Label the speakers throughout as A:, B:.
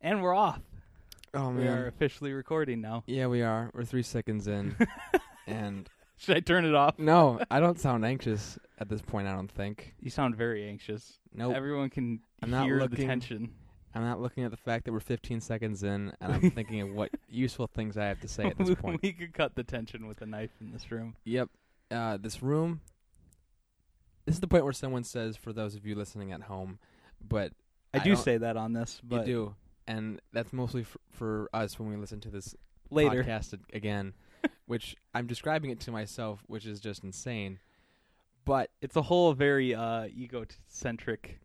A: And we're off.
B: Oh
A: We are
B: man.
A: officially recording now.
B: Yeah, we are. We're three seconds in, and
A: Should I turn it off?
B: no, I don't sound anxious at this point. I don't think.
A: You sound very anxious.
B: Nope.
A: Everyone can
B: I'm not
A: hear the
B: looking-
A: tension.
B: I'm not looking at the fact that we're 15 seconds in, and I'm thinking of what useful things I have to say at this point.
A: we could cut the tension with a knife in this room.
B: Yep. Uh, this room. This is the point where someone says, for those of you listening at home, but
A: I,
B: I
A: do
B: don't-
A: say that on this,
B: you
A: but
B: do, and that's mostly for, for us when we listen to this
A: later.
B: podcast ag- again, which I'm describing it to myself, which is just insane. But
A: It's a whole very uh, egocentric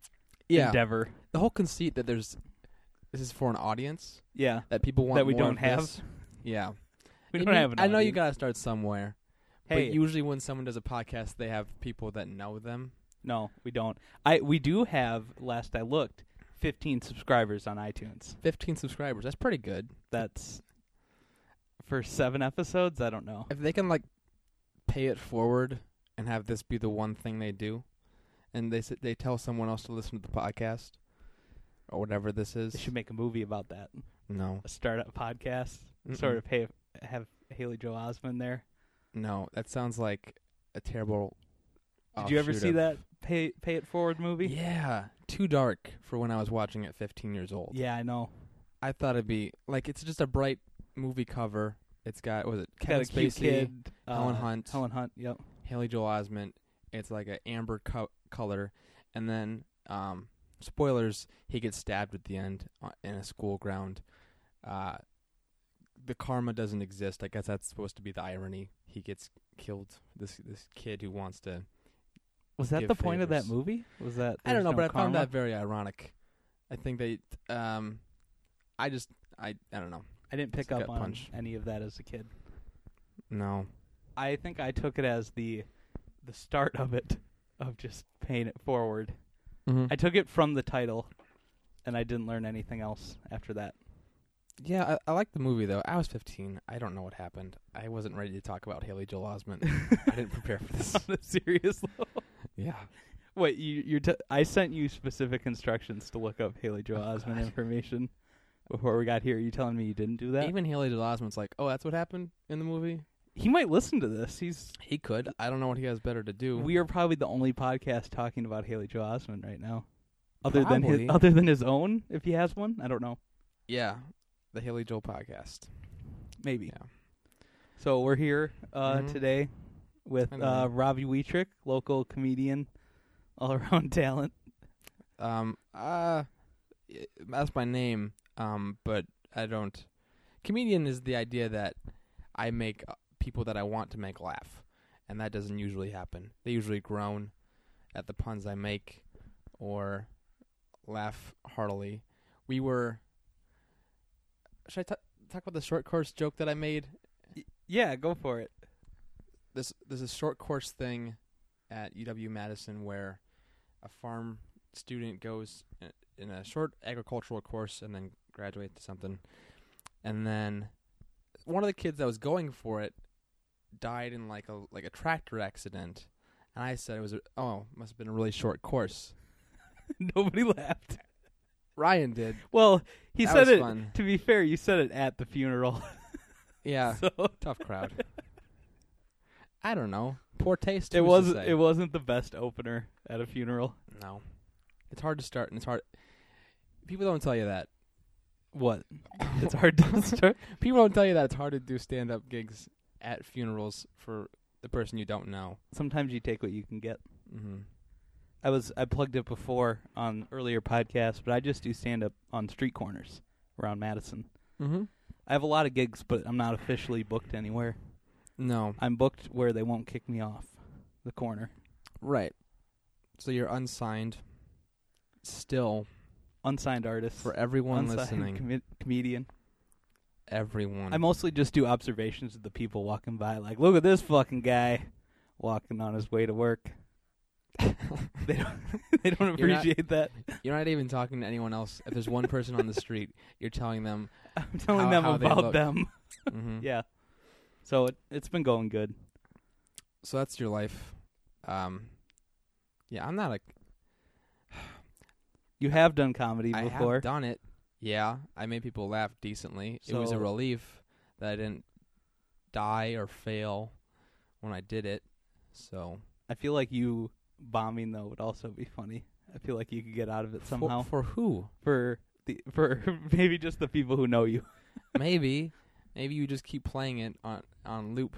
B: yeah,
A: endeavor.
B: the whole conceit that there's this is for an audience
A: Yeah.
B: that people want
A: That we
B: more
A: don't
B: of
A: have.
B: this. Yeah,
A: We
B: And
A: don't
B: you-
A: have an
B: I know you
A: audience.
B: gotta start somewhere.
A: Hey,
B: But usually when someone does a podcast, they have people that know them.
A: no, we don't. I we do have last I looked 15 subscribers on iTunes.
B: 15 subscribers. That's pretty good.
A: That's for 7 episodes, I don't know.
B: If they can like pay it forward and have this be the one thing they do, and they s- they tell someone else to listen to the podcast or whatever this is.
A: They should make a movie about that.
B: no,
A: A startup podcast.
B: Mm-mm.
A: Sort of have, have Haley Joel Osment there.
B: no. That sounds like a terrible.
A: Did you ever
B: offshoot
A: see
B: of-
A: that pay pay it forward movie?
B: Oh, Yeah, too dark for when I was watching at 15 years old.
A: Yeah, I know.
B: I thought it'd be like it's just a bright movie cover. It's got what was it Kevin
A: Got a cute
B: Spacey,
A: kid, uh,
B: Helen Hunt,
A: Helen Hunt. Yep.
B: Haley Joel Osment. It's like an amber co- color, and then um, spoilers: he gets stabbed at the end uh, in a school ground. Uh, the karma doesn't exist. I guess that's supposed to be the irony. He gets killed. This this kid who wants to.
A: Was that
B: Give
A: the point of that
B: favors.
A: movie? Was that
B: I don't
A: there's
B: know,
A: no
B: but I found
A: karma?
B: that very ironic. I think they. Um, I just I I don't know.
A: I didn't
B: It's
A: pick
B: a
A: up
B: gut
A: on
B: punch.
A: any of that as a kid.
B: No.
A: I think I took it as the the start of it of just paying it forward. I took it from the title and I didn't learn anything else after that.
B: Yeah, I, I like the movie though. I was 15. I don't know what happened. I wasn't ready to talk about Haley Joel Osment. I didn't prepare for this.
A: on a serious level.
B: yeah.
A: Wait, you you're t- I sent you specific instructions to look up Haley Joel
B: Oh,
A: Osment
B: God.
A: information before we got here. You telling me you didn't do that?
B: Even Haley Joel Osment's like, "Oh, that's what happened in the movie."
A: he might listen to this. He's
B: He could. I don't know what he has better to do.
A: we are probably the only podcast talking about Haley Joel Osment right now. Other than
B: Probably.
A: his, other than his own, if he has one, I don't know.
B: yeah, the Haley Joel podcast.
A: Maybe.
B: Yeah.
A: So we're here uh,
B: Mhm.
A: today with
B: I know
A: uh,
B: that.
A: Robbie Weitrick, local comedian, all around talent.
B: Um. Uh, y- that's my name. Um, but I don't. Comedian is the idea that I make uh, people that I want to make laugh, and that doesn't usually happen. They usually groan at the puns I make, or laugh heartily. We were. Should I ta talk about the short course joke that I made?
A: Yeah, go for it.
B: this there's a short course thing at UW Madison where a farm student goes i- in a short agricultural course and then graduates to something, and then one of the kids that was going for it died in like a like a tractor accident, and I said it was a, oh must have been a really short course.
A: Nobody laughed.
B: Ryan did.
A: Well, he
B: That
A: said
B: was
A: it.
B: fun.
A: To be fair, you said it at the funeral.
B: Yeah,
A: so
B: tough crowd. I don't know. Poor taste.
A: it
B: who's to
A: wasn't
B: say?
A: it wasn't the best opener at a funeral.
B: No, it's hard to start, and it's hard. People don't tell you that.
A: What? it's hard to start.
B: People don't tell you that it's hard to do stand up gigs at funerals for the person you don't know.
A: Sometimes you take what you can get.
B: Mm-hmm.
A: I was I plugged it before on earlier podcasts, but I just do stand up on street corners around Madison.
B: Mm-hmm.
A: I have a lot of gigs, but I'm not officially booked anywhere.
B: No,
A: I'm booked where they won't kick me off the corner.
B: right. So you're unsigned. Still,
A: Unsigned artist,
B: for everyone
A: unsigned
B: listening,
A: comi- comedian.
B: everyone.
A: I mostly just do observations of the people walking by, like, look at this fucking guy walking on his way to work. They don't, they don't
B: You're not-
A: appreciate that.
B: you're not even talking to anyone else. If there's one person on the street, you're telling them.
A: I'm telling
B: how-
A: them
B: how they
A: about
B: look.
A: them.
B: hmm
A: yeah. So it, it's been going good.
B: So that's your life. Um, yeah, I'm not a.
A: You have done comedy
B: I
A: before.
B: have done it. Yeah, I made people laugh decently. it was a
A: So-
B: relief that I didn't die or fail when I did it. So
A: I feel like you bombing though would also be funny. I feel like you could get out of it
B: For-
A: somehow
B: for who?
A: for the for maybe just the people who know you.
B: maybe, maybe you just keep playing it on on loop,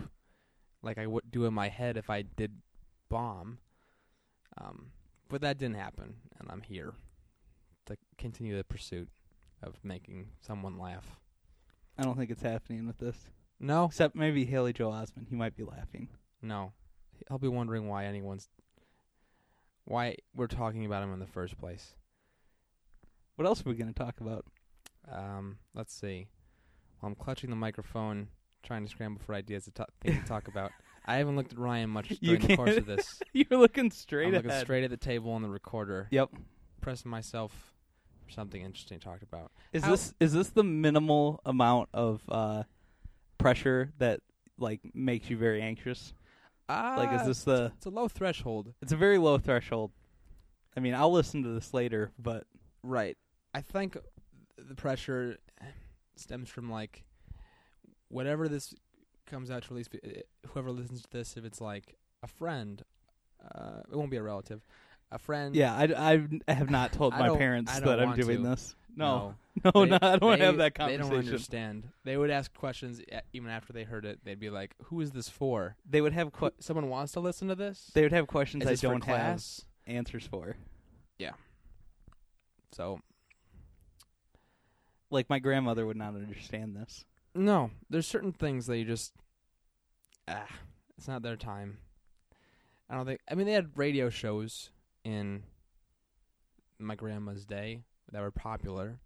B: like I would do in my head if I did bomb. Um, but that didn't happen, and I'm here to continue the pursuit of making someone laugh.
A: I don't think it's happening with this.
B: No,
A: Except maybe Haley Joel Osment. He might be laughing.
B: no, I'll be wondering why anyone's why we're talking about him in the first place.
A: What else are we going to talk about?
B: Um, let's see. Well, I'm clutching the microphone, trying to scramble for ideas to ta- things to talk about. I haven't looked at Ryan much
A: You
B: during the course
A: can't-
B: of this.
A: You're looking straight
B: I'm looking
A: ahead.
B: straight at the table on the recorder.
A: Yep.
B: Pressing myself for something interesting to talk about.
A: Is
B: How-
A: this is this the minimal amount of uh, pressure that like makes you very anxious?
B: Ah,
A: like, is this the?
B: It's a low threshold,
A: It's a very low threshold. I mean, I'll listen to this later, but
B: right? I think the pressure stems from like whatever this comes out to release. eh, Whoever listens to this, if it's like a friend, uh, it won't be a relative. A friend,
A: yeah, I, I, I have not told
B: Mm. I
A: my
B: don't-
A: parents
B: I don't
A: that I'm
B: want
A: doing
B: to.
A: this. No, no,
B: They-
A: no, I don't want
B: they-
A: to have that
B: They don't
A: conversation.
B: understand. They would ask questions eh, even after they heard it. They'd be like, "Who is this for?
A: They would have que-
B: Who- Someone wants to listen to this?
A: they would have questions
B: Is
A: I
B: this for
A: don't have
B: class?
A: answers for.
B: So
A: Like my grandmother would not understand this.
B: no, there's certain things that you just ah, it's not their time. I don't think. I mean, they had radio shows in my grandma's day that were popular,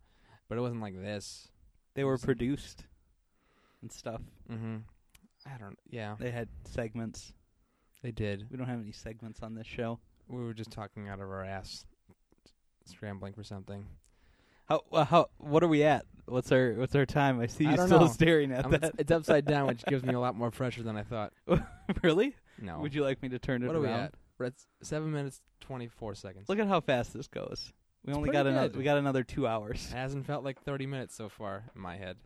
B: but it wasn't like this.
A: They were
B: Interesting.
A: produced and stuff.
B: Mm-hmm. I don't. Yeah,
A: They had segments.
B: they did.
A: We don't have any segments on this show.
B: We were just talking out of our ass, scrambling for something.
A: How uh, how what are we at? What's our what's our time? I see
B: I
A: you
B: don't
A: still
B: know.
A: staring at
B: I'm-
A: that.
B: It's upside down, which gives me a lot more pressure than I thought.
A: really?
B: No.
A: Would you like me to turn it
B: what are
A: around?
B: we at? We're at s- seven minutes twenty four seconds.
A: Look at how fast this goes. We
B: It's
A: only
B: pretty
A: got another
B: good.
A: we got another 2 hours.
B: It hasn't felt like 30 minutes so far in my head.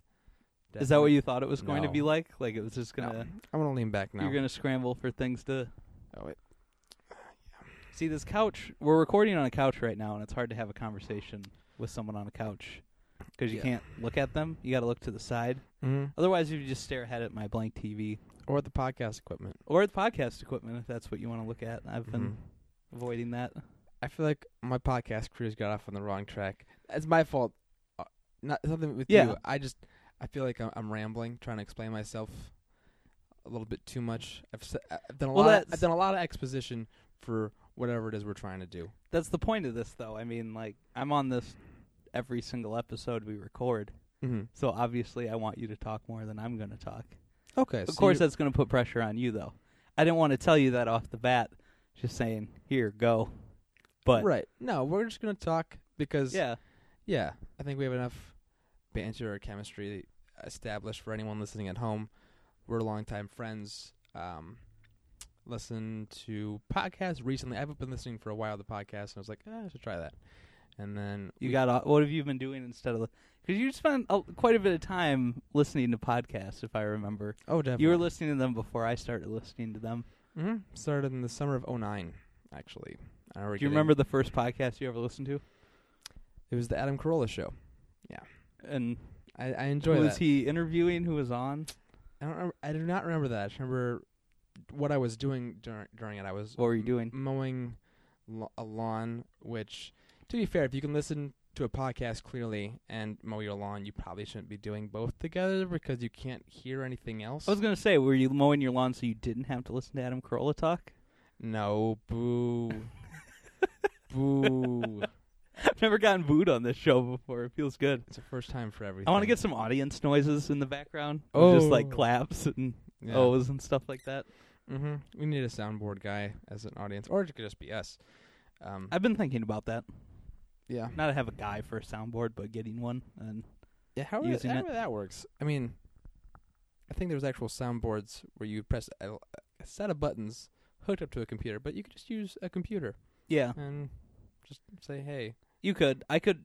A: Is that what you thought it was going to be
B: No.
A: like? Like it was just going
B: Definitely.
A: to
B: No. I'm going to lean back now.
A: you're going to scramble for things to
B: oh, wait.
A: See this couch. We're recording on a couch right now and it's hard to have a conversation with someone on a couch cuz you
B: Yeah.
A: can't look at them. You got to look to the side.
B: Mhm.
A: Otherwise, you just stare ahead at my blank TV
B: Or the podcast equipment.
A: or the podcast equipment if that's what you want to look at. I've been
B: Mhm.
A: avoiding that.
B: I feel like my podcast career's got off on the wrong track. It's my fault. Uh, Not something with
A: Yeah.
B: you. I just I feel like I'm, I'm rambling, trying to explain myself a little bit too much. I've s- uh, I've done a
A: Well,
B: lot. Of,
A: that's-
B: I've done a lot of exposition for whatever it is we're trying to do.
A: That's the point of this, though. I mean, like, I'm on this every single episode we record,
B: Mm-hmm.
A: so obviously I want you to talk more than I'm going to talk.
B: Okay.
A: Of course, that's going to put pressure on you, though. I didn't want to tell you that off the bat, just saying, here, go. But,
B: right. No, we're just gonna talk because
A: yeah,
B: yeah, I think we have enough banter or chemistry established for anyone listening at home. We're longtime friends. Um, listen to podcasts recently. I've been listening for a while to podcasts, and I was like, eh, I should try that. And then
A: you
B: we-
A: got off. What have you been doing instead of. Because you spent a, quite a bit of time listening to podcasts, if I remember.
B: oh, definitely
A: You were listening to them before I started listening to them.
B: hmm started in the summer of '09, actually. I
A: Do you remember the first podcast you ever listened to?
B: it was the Adam Carolla show?
A: And
B: I, I enjoy
A: who was
B: that.
A: he interviewing? Who was on?
B: I don't. Remember, I do not remember that. I just remember what I was doing during during it. I was
A: What were you doing?
B: mowing lo- a lawn, which, to be fair, if you can listen to a podcast clearly and mow your lawn, you probably shouldn't be doing both together because you can't hear anything else.
A: I was gonna say, were you mowing your lawn so you didn't have to listen to Adam Carolla talk?
B: no, boo. boo.
A: I've never gotten booed on this show before. It feels good.
B: It's the first time for everything.
A: I want to get some audience noises in the background, of just like
B: Oh.
A: claps and
B: Yeah.
A: ohs and stuff like that.
B: hmm We need a soundboard guy as an audience, or it could just be us. Um,
A: I've been thinking about that.
B: yeah.
A: Not to have a guy for a soundboard, but getting one. And
B: Yeah, however,
A: using it.
B: however that works. I mean, I think there was actual soundboards where you press a, a set of buttons hooked up to a computer, but you could just use a computer
A: yeah,
B: and just say, "Hey."
A: you could. I could.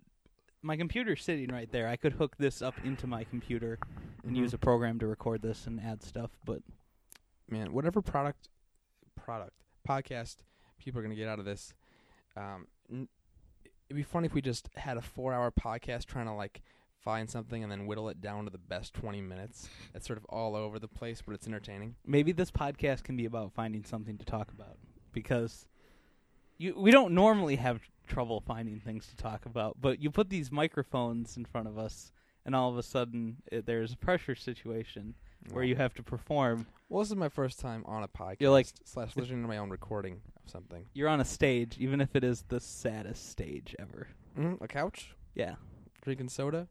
A: my computer's sitting right there. I could hook this up into my computer and
B: Mhm.
A: use a program to record this and add stuff, but
B: man, whatever product, product podcast people are gonna get out of this, um, n- it'd be fun if we just had a four-hour podcast trying to like find something and then whittle it down to the best twenty minutes. That's sort of all over the place, but it's entertaining.
A: maybe this podcast can be about finding something to talk about because you we don't normally have trouble finding things to talk about, but you put these microphones in front of us and all of a sudden it, there's a pressure situation where you have to perform.
B: Well, this is my first time on a podcast.
A: You're like-
B: slash listening to my own recording of something.
A: You're on a stage, even if it is the saddest stage ever.
B: Mm, a couch,
A: Yeah.
B: drinking soda.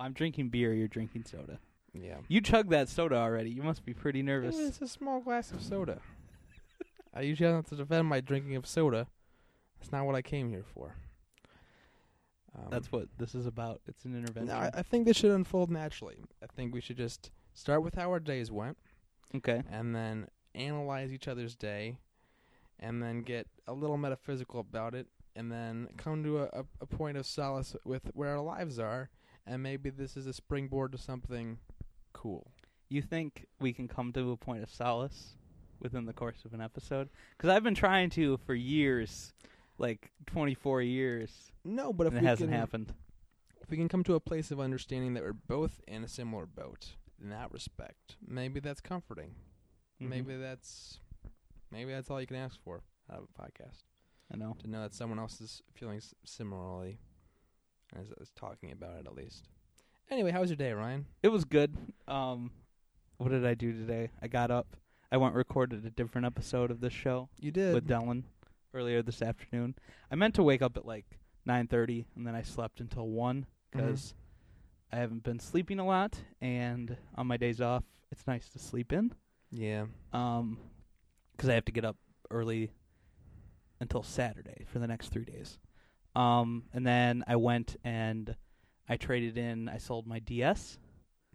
A: I'm drinking beer, you're drinking soda.
B: Yeah.
A: You chugged that soda already. You must be pretty nervous.
B: It's a small glass of soda. I usually don't have to defend my drinking of soda. That's not what I came here for. Um,
A: That's what this is about. It's an intervention.
B: No, I, I think this should unfold naturally. I think we should just start with how our days went,
A: okay.
B: and then analyze each other's day, and then get a little metaphysical about it, and then come to a, a, a point of solace with where our lives are, and maybe this is a springboard to something cool.
A: You think we can come to a point of solace within the course of an episode? Because I've been trying to for years, like 24 years,
B: No, but if
A: and it
B: we
A: hasn't
B: can,
A: happened.
B: if we can come to a place of understanding that we're both in a similar boat in that respect, maybe that's comforting.
A: Mhm.
B: Maybe that's maybe that's all you can ask for out of a podcast.
A: I know.
B: To know that someone else is feeling s- similarly and is, is talking about it at least. Anyway, how was your day, Ryan?
A: It was good. Um, what did I do today? I got up. I went and recorded a different episode of this show
B: You did.
A: with Dylan earlier this afternoon. I meant to wake up at like 9:30, and then I slept until one
B: Mhm.
A: because I haven't been sleeping a lot. And on my days off, it's nice to sleep in.
B: yeah.
A: um, because I have to get up early until Saturday for the next three days. Um, and then I went and I traded in. I sold my DS,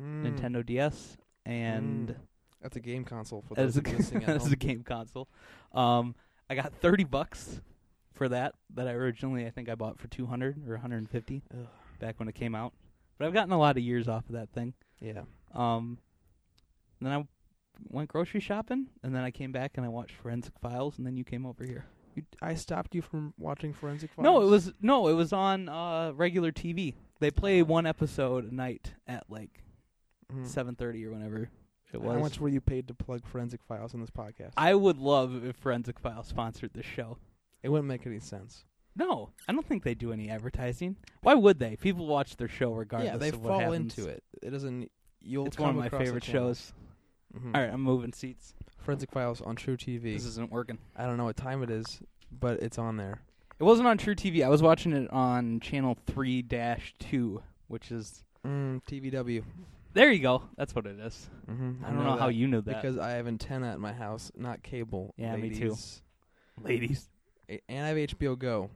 B: Mm.
A: Nintendo DS, and
B: Mm. That's a game console for
A: as
B: those
A: a,
B: listening at
A: as
B: home.
A: a game console, um, I got thirty bucks for that. That I originally I think I bought for two hundred or one hundred and fifty
B: Ugh.
A: back when it came out. But I've gotten a lot of years off of that thing.
B: Yeah.
A: Um, then I went grocery shopping, and then I came back and I watched Forensic Files, and then you came over here.
B: You, I stopped you from watching Forensic Files.
A: No, it was no, it was on uh, regular TV. They play
B: Oh.
A: one episode a night at like
B: Mm.
A: seven thirty or whenever it
B: How
A: was.
B: much were you paid to plug Forensic Files on this podcast?
A: I would love if Forensic Files sponsored this show.
B: it wouldn't make any sense.
A: No, I don't think they do any advertising. Why would they? People watch their show regardless.
B: yeah, they
A: of what
B: fall
A: happens.
B: into it. It doesn't. You'll
A: It's one of my favorite shows.
B: Mm-hmm.
A: All right, I'm moving seats.
B: Forensic Files on True TV.
A: This isn't working.
B: I don't know what time it is, but it's on there.
A: It wasn't on True TV. I was watching it on channel 3 2, which is.
B: Mm, TVW.
A: There you go. That's what it is.
B: Mm-hmm.
A: I don't know, how you know that.
B: Because I have antenna at my house, not cable.
A: Yeah, me too.
B: ladies.
A: ladies.
B: A- And I have HBO Go.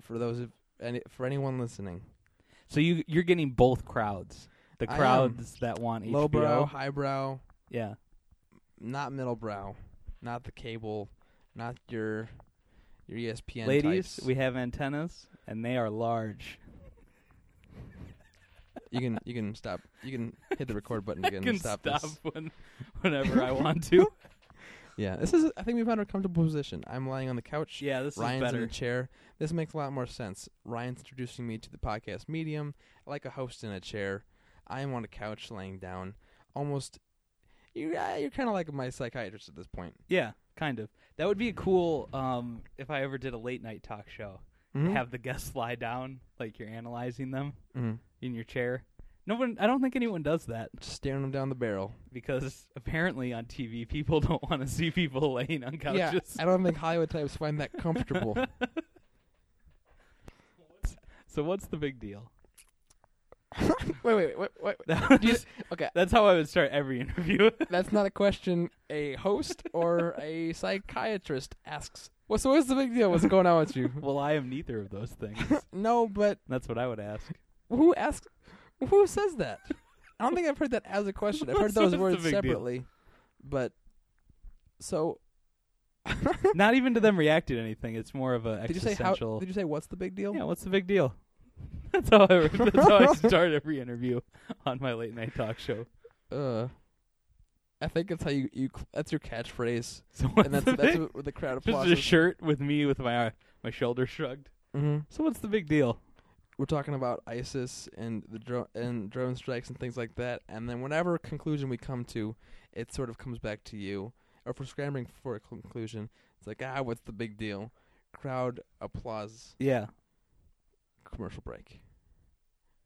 B: For those of any, for anyone listening,
A: So you, you're getting both crowds the
B: I am.
A: crowds that want HBO.
B: lowbrow, highbrow,
A: Yeah.
B: not middlebrow, not the cable, not your your E ESPN
A: ladies,
B: types.
A: we have antennas, and they are large.
B: you can you can stop. You can hit the record button again.
A: I can
B: and stop,
A: stop,
B: this.
A: when, whenever I want to.
B: Yeah, this is. I think we found our comfortable position. I'm lying on the couch.
A: Yeah, this
B: Ryan's
A: is better.
B: in a chair. This makes a lot more sense. Ryan's introducing me to the podcast medium like a host in a chair. I'm on a couch laying down, almost. You're uh, you're kind of like my psychiatrist at this point.
A: yeah, kind of. That would be cool um, if I ever did a late night talk show.
B: Hmm?
A: Have the guests lie down like you're analyzing them.
B: Mhm.
A: in your chair. No one, I don't think anyone does that
B: Just staring them down the barrel.
A: because apparently on TV people don't want to see people laying on
B: Yeah,
A: couches.
B: I don't think Hollywood types find that comfortable.
A: so what's the big deal?
B: wait, wait, wait, wait.
A: That would
B: Do you-
A: just-
B: okay.
A: that's how I would start every interview.
B: That's not a question a host or a psychiatrist asks. Well, so what's the big deal? What's going on with you?
A: well, I am neither of those things.
B: No, but
A: That's what I would ask.
B: Who asks? Who says that? I don't think I've heard that as a question. I've heard
A: So
B: those
A: it's a
B: words
A: big deal.
B: separately, but so
A: Not even to them react to anything. It's more of a
B: did you say how?
A: existential.
B: Did you say what's the big deal?
A: yeah, what's the big deal? That's how I that's how I start every interview on my late night talk show.
B: Uh, I think that's how you you cl- that's your catchphrase,
A: So what's
B: and that's
A: the
B: that's
A: big-
B: what the crowd
A: just
B: applauses.
A: a shirt with me with my uh, my shoulder shrugged.
B: mm-hmm.
A: So what's the big deal?
B: We're talking about ISIS and the dro- and drone strikes and things like that, and then whatever conclusion we come to, it sort of comes back to you. Or if we're scrambling for a conclusion, it's like ah, what's the big deal? Crowd applause.
A: Yeah,
B: Commercial break.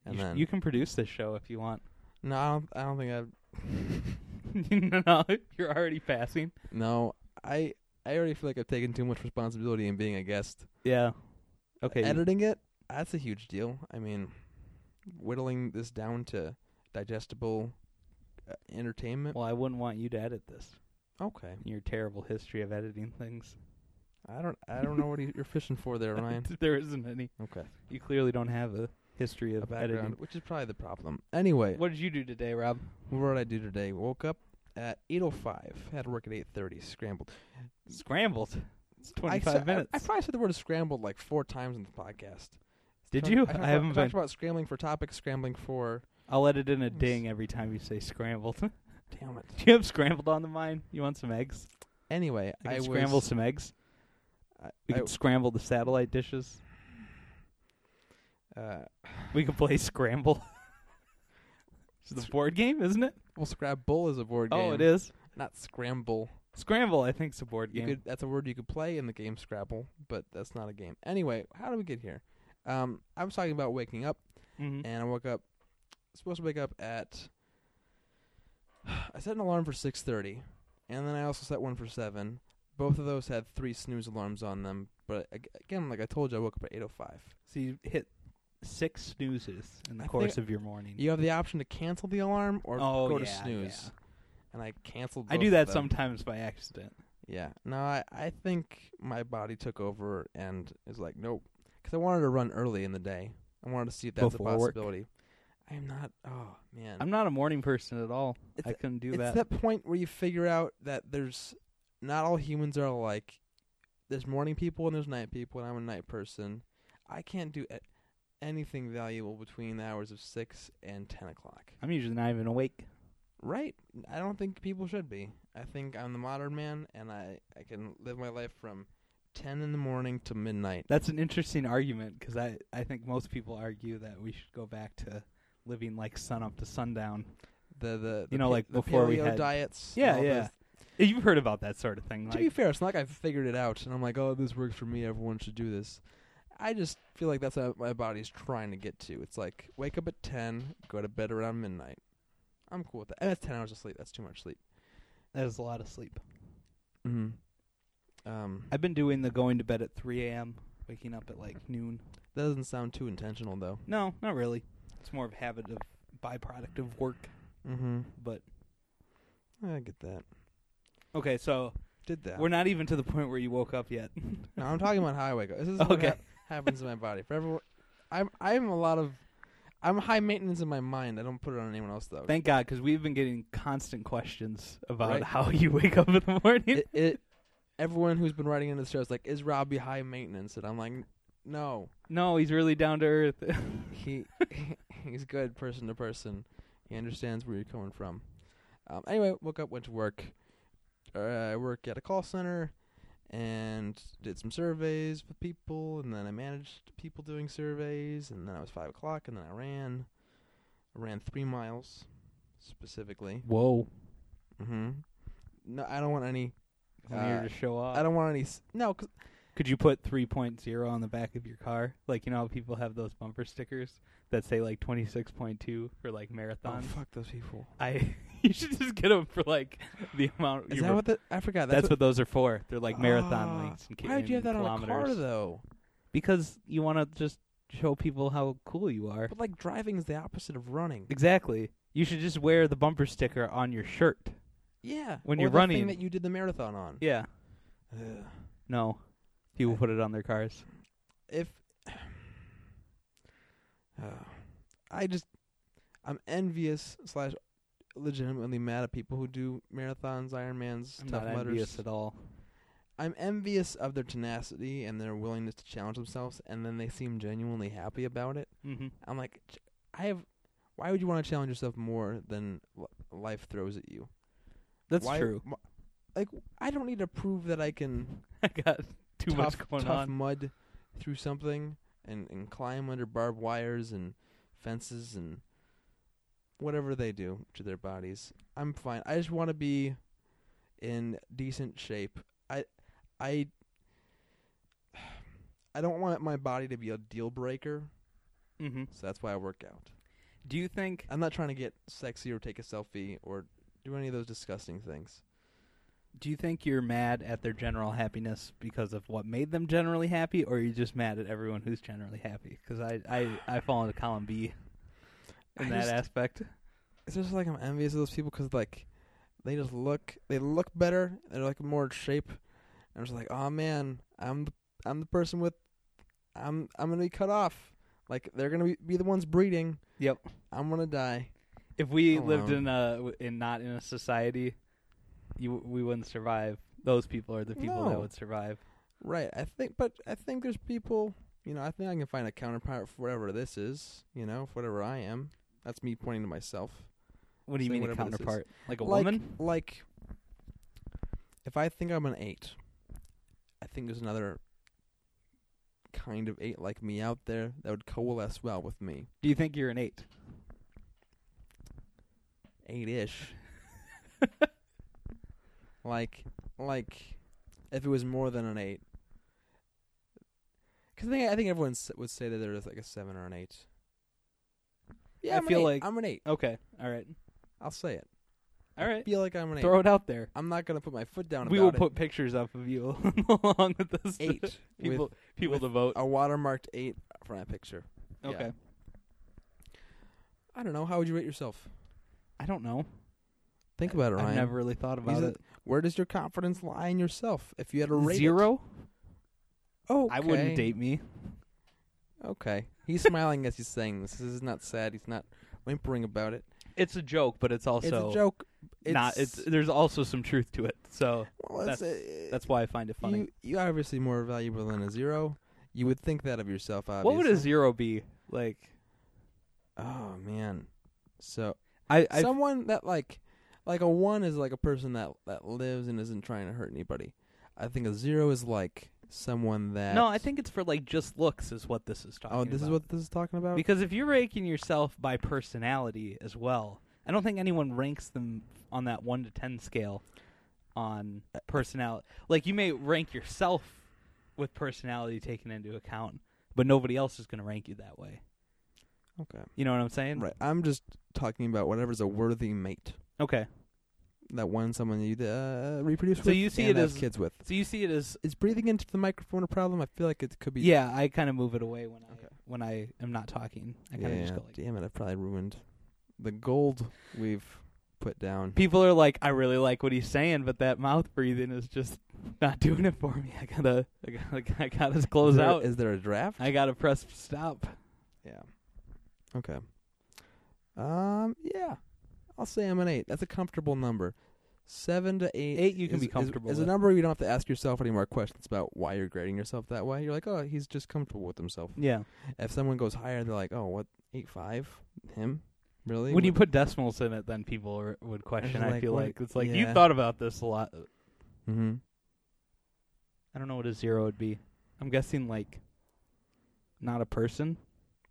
B: And
A: you, sh-
B: then
A: you can produce this show if you want.
B: no, I don't, I don't think I.
A: no, you're already passing.
B: No, I I already feel like I've taken too much responsibility in being a guest.
A: Yeah. Okay.
B: Editing it, that's a huge deal. I mean, whittling this down to digestible uh, entertainment.
A: well, I wouldn't want you to edit this.
B: Okay,
A: Your terrible history of editing things.
B: I don't I don't know what you- you're fishing for there, Ryan.
A: there isn't any.
B: Okay,
A: You clearly don't have a history
B: a
A: of
B: background,
A: editing.
B: which is probably the problem. Anyway,
A: What did you do today, Rob?
B: what did I do today? Woke up at eight oh five. Had to work at eight thirty. Scrambled.
A: Scrambled. It's
B: I
A: 25
B: said- I-
A: minutes.
B: I, probably said the word scrambled like four times in the podcast.
A: Did
B: Talk-
A: you?
B: talked
A: I
B: about-
A: haven't
B: talked
A: been-
B: about scrambling for topics, scrambling for.
A: I'll edit in a ding every time you say scrambled. do
B: Damn it.
A: you have scrambled on the mind? You want some eggs?
B: Anyway,
A: I
B: I,
A: can
B: was,
A: scramble some eggs.
B: I,
A: We
B: I-
A: could scramble the satellite dishes.
B: uh,
A: We could play Scramble. it's the board game, isn't it?
B: well, Scrabble is a board game.
A: Oh, it is.
B: Not scramble.
A: Scramble, I think, is a board
B: You
A: game.
B: could. That's a word you could play in the game Scrabble, but that's not a game. Anyway, how do we get here? Um, I was talking about waking up,
A: Mhm.
B: and I woke up. Supposed to wake up at. I set an alarm for six thirty, and then I also set one for seven. Both of those had three snooze alarms on them, but ag- again, like I told you, I woke up at eight oh five.
A: So you hit six snoozes in the
B: I think-
A: course of your morning.
B: You have the option to cancel the alarm or
A: oh,
B: go
A: yeah,
B: to snooze,
A: yeah.
B: and I canceled.
A: I
B: both
A: do
B: of
A: that
B: them.
A: sometimes by accident.
B: Yeah. No, I, I think my body took over and is like, nope. Because I wanted to run early in the day. I wanted to see if that's
A: Before
B: a
A: work.
B: possibility. I'm not. Oh man.
A: I'm not a morning person at all. I
B: It's-
A: couldn't do
B: it's
A: that.
B: that point where you figure out that there's not all humans are alike. There's morning people and there's night people, and I'm a night person. I can't do a- anything valuable between the hours of six and ten o'clock.
A: I'm usually not even awake.
B: Right. I don't think people should be. I think I'm the modern man, and I, I can live my life from 10 in the morning to midnight.
A: That's an interesting argument because I, I think most people argue that we should go back to living like sun up to sundown.
B: The, the, the
A: You know,
B: pa-
A: like
B: the
A: before
B: paleo
A: we had-
B: diets. and
A: Yeah,
B: all
A: yeah.
B: those-
A: You've heard about that sort of thing.
B: To
A: Like,
B: be fair, it's not like I've figured it out, and I'm like, oh, this works for me. Everyone should do this. I just feel like that's what my body's trying to get to. It's like wake up at 10, go to bed around midnight. I'm cool with that. And that's 10 hours of sleep. That's too much sleep.
A: that is a lot of sleep.
B: Mm-hmm. Um,
A: I've been doing the going to bed at 3 a.m., waking up at like noon.
B: that doesn't sound too intentional, though.
A: No, not really. It's more of a habit of byproduct of work.
B: Mm-hmm.
A: But
B: I get that.
A: okay, so
B: Did that.
A: we're not even to the point where you woke up yet.
B: No, I'm talking about how I wake up. This is what
A: Okay.
B: hap- happens in my body. For everyone, I'm I'm a lot of I'm high maintenance in my mind. I don't put it on anyone else though.
A: Thank God, because we've been getting constant questions about
B: Right.
A: how you wake up in the morning.
B: it, it everyone who's been writing into the show is like, is Robbie high maintenance? And I'm like, no,
A: no, he's really down to earth.
B: he he's good person to person. He understands where you're coming from. Um, anyway, woke up, went to work. Uh, I work at a call center and did some surveys with people, and then I managed people doing surveys, and then I was five o'clock, and then I ran. I ran three miles specifically.
A: Whoa!
B: Mm-hmm. No, I don't want any.
A: I'm here
B: Uh,
A: to show off.
B: I don't want any. s No, 'cause
A: Could you put 3.0 on the back of your car? Like you know, how people have those bumper stickers that say like 26.2 for like
B: oh,
A: marathons.
B: fuck those people.
A: I you should just get them for like the amount.
B: Is
A: you
B: that
A: were-
B: what the? I forgot.
A: that's, what, those are for. They're like marathon
B: Ah,
A: links. And
B: Why would you have that on a
A: kilometers.
B: car though?
A: Because you want to just show people how cool you are.
B: But like driving is the opposite of running.
A: Exactly. You should just wear the bumper sticker on your shirt.
B: Yeah.
A: When
B: or
A: you're
B: the
A: running-
B: thing that you did the marathon on.
A: Yeah.
B: Ugh.
A: No. People put it on their cars.
B: If Ugh. I just I'm envious slash legitimately mad at people who do marathons, Ironmans,
A: I'm
B: Tough
A: not envious
B: Mudders.
A: at all.
B: I'm envious of their tenacity and their willingness to challenge themselves, and then they seem genuinely happy about it.
A: Mm-hmm.
B: I'm like, "Ch- I have. Why would you want to challenge yourself more than li- life throws at you?
A: That's
B: Why-
A: true.
B: wh- Like I don't need to prove that I can
A: I got too
B: tough,
A: much going
B: tough
A: on.
B: mud through something and and climb under barbed wires and fences and whatever they do to their bodies. I'm fine. I just want to be in decent shape. I I I don't want my body to be a deal breaker,
A: Mm-hmm.
B: so that's why I work out.
A: Do you think?
B: I'm not trying to get sexy or take a selfie or do any of those disgusting things.
A: Do you think you're mad at their general happiness because of what made them generally happy, or are you just mad at everyone who's generally happy? Because I, I, I fall into column B in
B: I
A: that
B: just-
A: aspect.
B: It's just like I'm envious of those people 'cause like they just look they look better. They're like more in shape. And it's like, oh man, I'm the, I'm the person with I'm I'm gonna be cut off. Like they're gonna be, be the ones breeding.
A: Yep.
B: I'm gonna die.
A: If we lived
B: Alone.
A: in a w- in not in a society, you we wouldn't survive. Those people are the people that
B: No.
A: would survive.
B: Right. I think, but I think there's people. You know, I think I can find a counterpart for whatever this is. You know, for whatever I am. That's me pointing to myself.
A: What do you
B: Say
A: mean a
B: whatever this is.
A: counterpart? Like a
B: like,
A: woman?
B: Like, if I think I'm an eight, I think there's another kind of eight like me out there that would coalesce well with me.
A: Do you think you're an eight?
B: Eight ish. like, like, if it was more than an eight. Because I think, I think everyone s- would say that there is like a seven or an eight. Yeah,
A: I
B: I'm an
A: feel
B: eight.
A: like-
B: I'm an eight.
A: Okay. All right.
B: I'll say it.
A: All
B: I
A: right.
B: feel like I'm an eight.
A: Throw it out there.
B: I'm not gonna put my foot down.
A: We will
B: about it.
A: put pictures up of you along with this.
B: eight with
A: people people
B: with
A: to vote.
B: a watermarked eight for that picture. yeah.
A: Okay.
B: I don't know. How would you rate yourself?
A: I don't know.
B: Think about it, Ryan.
A: I've never really thought
B: These
A: about
B: are-
A: it.
B: Where does your confidence lie in yourself? If you had a rate it?
A: Zero?
B: Oh,
A: I wouldn't
B: okay.
A: date me.
B: Okay, he's smiling as he's saying this. This is not sad. He's not whimpering about it.
A: It's a joke, but it's also
B: It's a joke. It's,
A: not. It's there's also some truth to it. So
B: well, it's a-
A: that's why I find it funny.
B: You you are obviously more valuable than a zero. You would think that of yourself. Obviously.
A: what would a zero be like?
B: Oh man. So
A: I, I
B: someone that like like a one is like a person that that lives and isn't trying to hurt anybody. I think a zero is like someone that
A: no. I think it's for like just looks is what this is talking.
B: Oh, this is
A: about.
B: what this is talking about.
A: because if you're ranking yourself by personality as well, I don't think anyone ranks them on that one to ten scale on personality. Like you may rank yourself with personality taken into account, but nobody else is going to rank you that way.
B: okay,
A: You know what I'm saying?
B: right. I'm just talking about whatever's a worthy mate
A: Okay.
B: that one someone you uh, reproduce
A: So
B: with.
A: you see
B: and
A: it
B: have
A: as-
B: kids with.
A: So you see it as
B: Is breathing into the microphone a problem? I feel like it could be.
A: yeah. I kind of move it away when I
B: Okay.
A: when I am not talking. I kind of
B: Yeah,
A: just go like.
B: damn it! I've probably ruined the gold we've put down.
A: People are like, I really like what he's saying, but that mouth breathing is just not doing it for me. I gotta, I gotta, I gotta
B: Is
A: close
B: there-
A: out.
B: Is there a draft?
A: I gotta press stop.
B: Yeah. Okay. Um. Yeah. I'll say I'm an eight. That's a comfortable number. Seven to eight.
A: Eight you can
B: is-
A: be
B: is-
A: comfortable
B: Is, a
A: with.
B: number you don't have to ask yourself any more questions about why you're grading yourself that way. You're like, oh, he's just comfortable with himself.
A: Yeah.
B: If someone goes higher, they're like, oh, what eight five? Him? Really?
A: When you
B: What-
A: put decimals in it, then people are, would question. I
B: like,
A: feel
B: what-
A: like it's like you
B: yeah.
A: thought about this a lot.
B: Mhm.
A: I don't know what a zero would be. I'm guessing like not a person.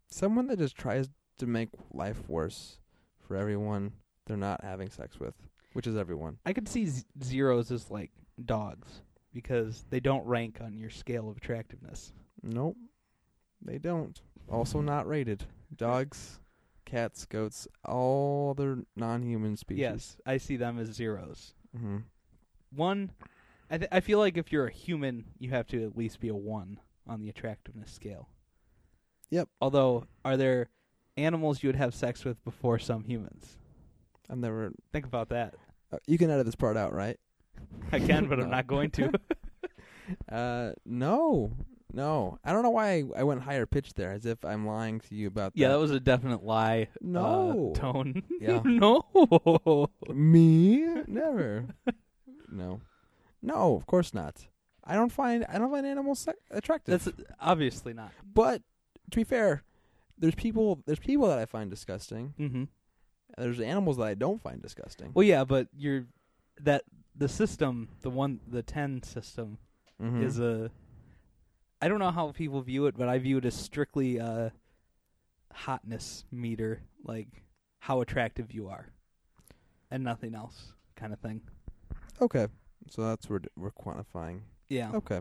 B: someone that just tries to make life worse for everyone they're not having sex with, which is everyone.
A: I could see z- zeros as like dogs because they don't rank on your scale of attractiveness.
B: Nope. They don't. Also not rated. Dogs, cats, goats, all other non-human species.
A: Yes, I see them as zeros.
B: hmm
A: One, I th- I feel like if you're a human, you have to at least be a one on the attractiveness scale.
B: Yep.
A: Although, are there animals you would have sex with before some humans?
B: I've never.
A: Think about that.
B: Uh, you can edit this part out, right?
A: I can, but I'm
B: No.
A: not going to.
B: Uh, no, no. I don't know why I, I went higher pitched there, as if I'm lying to you about
A: yeah, that
B: that.
A: was a definite lie. uh,
B: no.
A: tone.
B: Yeah.
A: no.
B: Me? Never. no. No, of course not. I don't find I don't find animals sec- attractive.
A: That's obviously not.
B: but to be fair, there's people there's people that I find disgusting.
A: Mm-hmm.
B: and there's animals that I don't find disgusting.
A: Well, yeah, but you're that the system, the one, the ten system
B: Mhm.
A: is uh, a. I don't know how people view it, but I view it as strictly a hotness meter, like how attractive you are, and nothing else, kind of thing.
B: okay. So that's what we're quantifying.
A: Yeah.
B: Okay.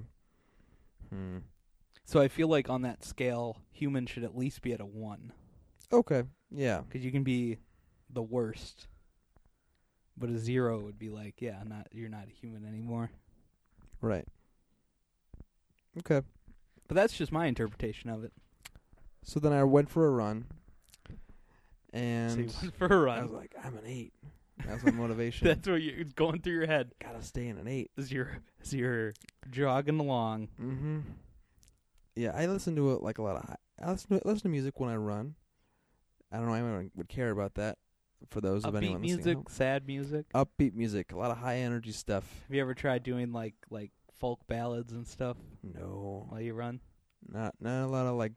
B: Hmm.
A: So I feel like on that scale, humans should at least be at a one.
B: Okay. Yeah.
A: because you can be the worst, but a zero would be like, yeah, not you're not a human anymore.
B: Right. Okay.
A: But that's just my interpretation of it.
B: So then I went for a run, and
A: So you went for a
B: I was
A: run.
B: like, I'm an eight. That's my motivation.
A: That's what you, it's going through your head
B: Gotta stay in an eight.
A: as you're as you're jogging along.
B: Mm-hmm. Yeah, I listen to it like a lot of. hi- I listen to listen to music when I run. I don't know anyone would care about that. For those of
A: Upbeat
B: anyone listening, at
A: music, sad music.
B: home. upbeat music, a lot of high energy stuff.
A: Have you ever tried doing like like folk ballads and stuff
B: No,
A: while you run?
B: not not a lot of like.